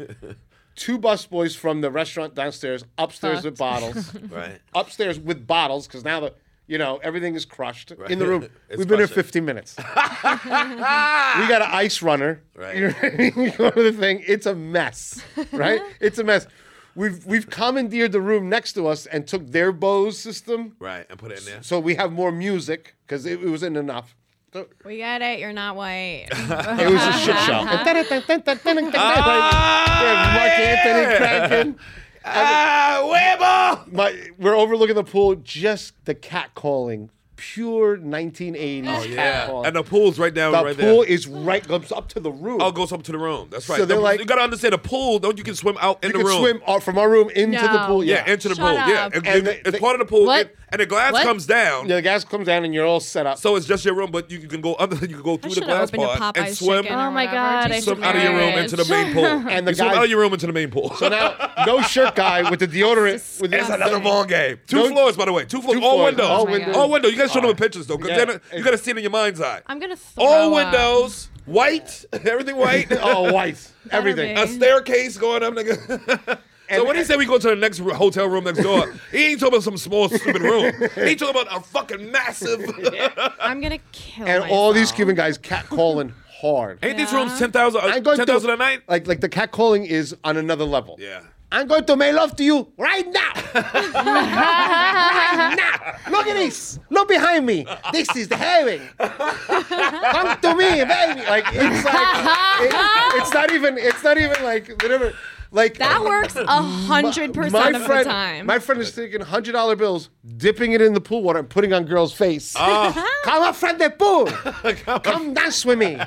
Two busboys from the restaurant downstairs, upstairs with bottles, Right. upstairs with bottles, because now the you know everything is crushed in the Right. room. (laughs) It's We've been here crushed. (laughs) 15 minutes. we got an ice runner. Right. You know what I mean? You (laughs) go to the thing. It's a mess. Right. It's a mess. We've we've commandeered the room next to us and took their Bose system. Right. And put it in there. So we have more music because it, it wasn't enough. So We get it. You're (laughs) not white. it was a shit show. Ah, Mark Anthony yeah. cracking. Ah, Weber! My, we're overlooking the pool. Just the cat calling, pure 1980s cat Yeah. calling. And the pool's right down Oh, The right pool there. is right goes up to the roof. Oh, it goes up to the room. That's right. So they're The- like- you gotta understand the pool. Don't you can swim out in you the could room? swim out from our room into the No. pool. yeah, Yeah, into the Shut pool. Yeah, up. It- And it- the- it's the- part of the pool, What? It- and the glass What? comes down. Yeah, the gas comes down and you're all set up. So it's just your room, but you can go under. (laughs) You can go I through the should glass have opened a part and Popeye's swim. chicken. Oh or my whatever. God, I Just should Swim out of your room marriage. into the main pool. And the you swim guy- out of your room into the main pool. So now, no shirt guy with the deodorant. With (laughs) It's another ball game. Two No- floors, by the way. Two floors. Two all floors, windows. all All, Oh my windows. windows. God. You gotta show them the pictures though, because Yeah. you gotta see it in your mind's eye. I'm gonna throw All up. windows, white, (laughs) everything white. (laughs) Oh, white. Everything. be. A staircase going up, nigga. (laughs) So when he said we go to the next ro- hotel room next (laughs) door, he ain't talking about some small stupid room. He ain't talking about a fucking (laughs) massive. I'm gonna kill. and all these myself. Cuban guys cat calling (laughs) hard. (laughs) ain't these Yeah. rooms ten thousand? uh, I'm going Ten thousand to- a night? Like like the cat calling is on another level. Yeah. I'm going to make love to you right (laughs) now. right now. Look at this. Look behind me. This is the heaven. Come to me, baby. Like it's like it- it's not even it's not even like whatever. Like That (laughs) works a hundred percent of friend, the time. My friend is taking hundred dollar bills, dipping it in the pool water, and putting on girls' face. Ah. (laughs) Come up from (laughs) the pool. Come dance with me.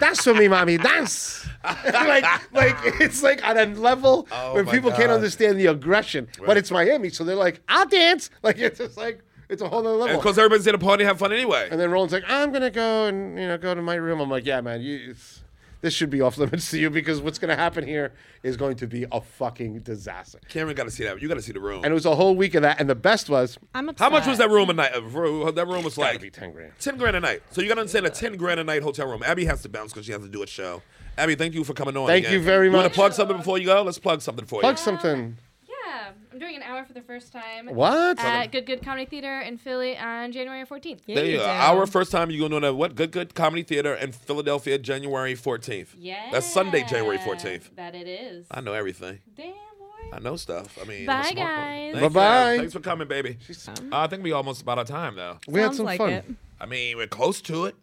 Dance with me, mommy. Dance. (laughs) like, like it's like on a level where Oh my people can't God. understand the aggression. But it's Miami, so they're like, I'll dance. (laughs) Like it's just like it's a whole other level. Because everybody's at a party, have fun anyway. And then Roland's like, I'm gonna go and you know go to my room. I'm like, yeah, man, you, it's, this should be off limits to you because what's gonna happen here is going to be a fucking disaster. Cameron gotta see that. You gotta see the room. And it was a whole week of that. And the best was I'm upset. How much was that room a night? Uh, for- That room was gotta like be 10 grand. Ten grand a night. So you gotta understand a ten grand a night hotel room. Abby has to bounce because she has to do a show. Abby, thank you for coming on. Thank again. you very You want much. to plug something before you go? Let's plug something for Plug you. something. Yeah, I'm doing an hour for the first time. What? At Good Good Comedy Theater in Philly on January 14th. There you go. Our first time you going to what? Good Good Comedy Theater in Philadelphia, January 14th. Yeah. That's Sunday, January 14th. That it is. I know everything. Damn boy. I know stuff. I mean, Bye, I'm a smart guys. Bye Bye-bye. Thanks for coming, baby. Uh, I think we almost about our time though. we had Sounds some like fun. it. I mean, we're close to it.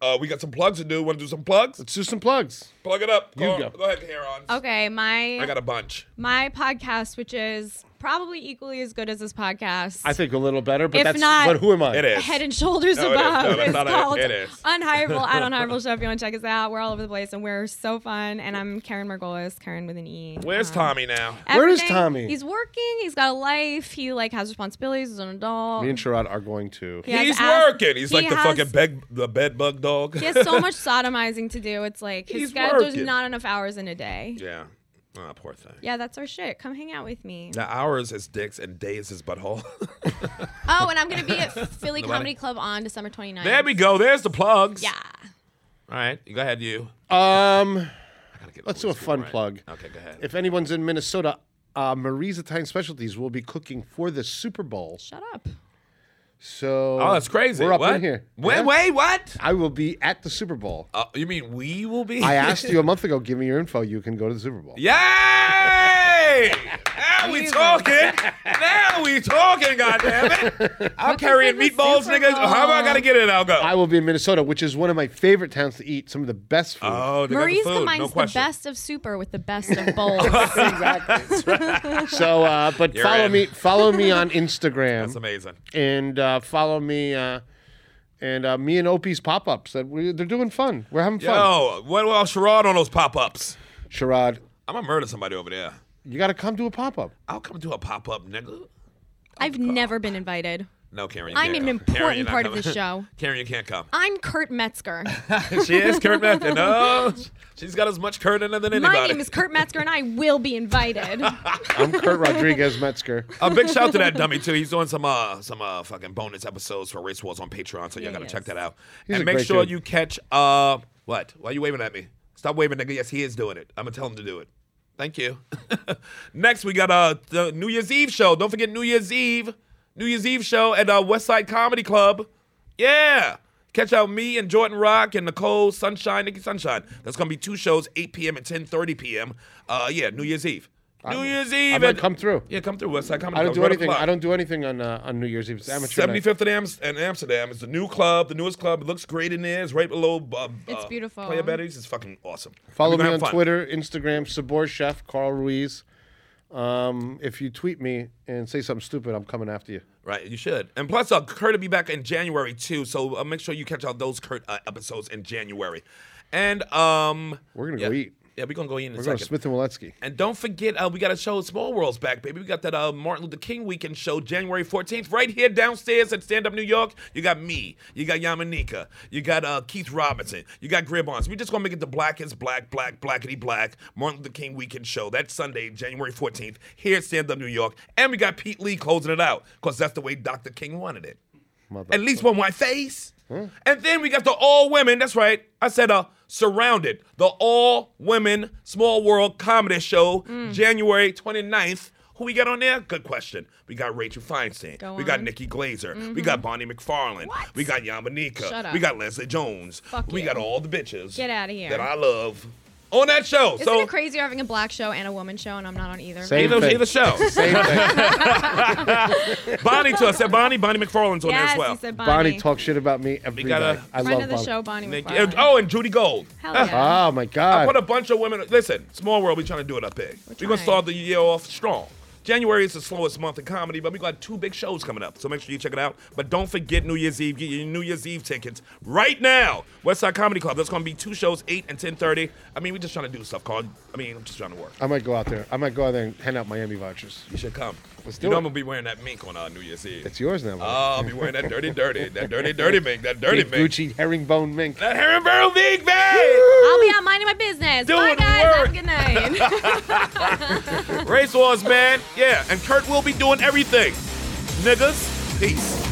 Uh, we got some plugs to do. Want to do some plugs? Let's do some plugs. Plug it up. Go, go. go ahead, Heron. Okay, my I got a bunch. my podcast, which is probably equally as good as this podcast. I think a little better, but If that's not- but who am I? It is. Head and shoulders No, it is. No, above. that's it's not it. called It is. Unhireable (laughs) at Unhireable Show. If you want to check us out, we're all over the place and we're so fun. And I'm Karen Margolis, Karen with an E. Where's Um, Tommy now? Where is everything. Tommy? He's working. He's got a life. He like has responsibilities. He's an adult. Me and Sherrod are going to. He has He's ass- working. He's he like the has- fucking bed, the bed bug dog. (laughs) He has so much sodomizing to do. It's like his He's schedule, there's working. not enough hours in a day. Yeah. (laughs) yeah. Ah, poor thing. that's our shit. Come hang out with me. Now ours is dicks and days is butthole. (laughs) Oh, and I'm gonna be at Philly Nobody? Comedy Club on December 29th. there we go. There's the plugs. Yeah. All right. You go ahead. You. Um, I gotta get Let's old do a school, fun right? plug. Okay, go ahead. if anyone's in Minnesota, uh, Marie's Italian Specialties will be cooking for the Super Bowl. Shut up. So oh, that's crazy. We're up what? in here. Wait, Yeah. wait, what? I will be at the Super Bowl. Uh, you mean we will be? I asked (laughs) you a month ago, give me your info. You can go to the Super Bowl. Yay! Now we talking. Now we talking. Goddamn (laughs) it! I'm carrying for the meatballs, Super niggas. Bowl? How am I gonna get it? I'll go. I will be in Minnesota, which is one of my favorite towns to eat. Some of the best food. oh, they Maurice got the food. combines no the question. best of super with the best (laughs) Oh, of bowls. (laughs) So, uh, but You're follow in. me. Follow (laughs) me on Instagram. That's amazing. and uh, follow me. Uh, and uh, me and Opie's pop ups that we, they're doing fun. We're having fun. Yo, what about Sherrod on those pop-ups? Sherrod, I'm gonna murder somebody over there. you got to come to a pop up. I'll come do a pop-up, nigga. I've never been invited. No, Karen. You I'm can't an come. Karen, important you're not part of coming. the show. (laughs) Karen, you can't come. I'm Kurt Metzger. she is Kurt Metzger. (laughs) No, she's got as much Kurt in her than anybody. My name is Kurt Metzger, and I will be invited. I'm Kurt Rodriguez (laughs) Metzger. A big shout to that dummy too. He's doing some uh some uh fucking bonus episodes for Race Wars on Patreon, so y'all gotta check that out. a and make great sure dude. you catch uh what? Why are you waving at me? Stop waving, nigga. Yes, he is doing it. I'm gonna tell him to do it. Thank you. (laughs) Next, we got uh the New Year's Eve show. Don't forget New Year's Eve, New Year's Eve show at uh, Westside Comedy Club. Yeah. Catch out me and Jordan Rock and Nicole Sunshine, Nikki Sunshine. That's gonna be two shows, 8 p.m. and 10:30 p.m. Uh, yeah, New Year's Eve. New Year's Eve. I'm gonna at- come through. yeah, come through Westside Comedy I Club. don't Go do to anything. the I club. don't do anything on uh, on New Year's Eve. It's amateur. night. 75th in, Ams- in Amsterdam. It's the new club, the newest club. It looks great in there. It's right below. Uh, It's uh, beautiful. Player Betties. It's fucking awesome. Follow We're me gonna on have fun. Twitter, Instagram, Sabor Chef Carl Ruiz. Um, if you tweet me and say something stupid, I'm coming after you. Right, you should. And plus, uh, Kurt will be back in January too. So uh, make sure you catch out those Kurt uh, episodes in January. And um, We're gonna yeah. go eat. Yeah, we're gonna go eat in a We're going to second. Smith and Walensky. And don't forget, uh, we got a show at Small World's back, baby. We got that uh, Martin Luther King weekend show January 14th, right here downstairs at Stand Up New York. You got me, you got Yamanika, you got uh, Keith Robinson, you got Gribbons. We're just gonna make it the blackest black, black, blackety black Martin Luther King weekend show. That's Sunday, January 14th, here at Stand Up New York. And we got Pete Lee closing it out, because that's the way Dr. King wanted it. At least one white face. And then we got the all women. That's right. I said uh surrounded. The all women small world comedy show Hmm. January 29th. Who we got on there? Good question. We got Rachel Feinstein. Go we got on. Mm-hmm. Nikki Glazer. We got Bonnie McFarlane. We got Yamanika. Shut up. We got Leslie Jones. Fuck we you. got all the bitches. Get outta here. That I love on that show. Isn't so it crazy you're having a black show and a woman show, and I'm not on either? Same either, thing. either show. Same thing. (laughs) (laughs) Bonnie too. I said Bonnie. Bonnie McFarlane's on there Yes, as well. he said Bonnie. Bonnie talks shit about me every day. gotta- I Friend love of the Bonnie. show, Bonnie Nikki- McFarlane. Oh, and Judy Gold. Hell Ah. yeah. Oh my I put God! a bunch of women. Listen, small world. We trying to do it up big. We're, gonna trying. start the year off strong. January is the slowest month in comedy, but we got two big shows coming up, so make sure you check it out. But don't forget New Year's Eve. Get your New Year's Eve tickets right now. Westside Comedy Club. That's gonna be two shows, eight and ten thirty. I mean, we're just trying to do stuff, Carl. I mean, I'm just trying to work. I might go out there. I might go out there and hand out Miami vouchers. You should come. Let's you do know it. I'm gonna be wearing that mink on uh, New Year's Eve. It's yours now. Mike. Oh, I'll be wearing that dirty, dirty, that dirty, (laughs) dirty mink, that dirty Big mink, Gucci herringbone mink. that herringbone mink, man. I'll be out minding my business. Doing Bye, guys. work. Have a good night. Race Wars, man. Yeah, and Kurt will be doing everything. Niggas, peace.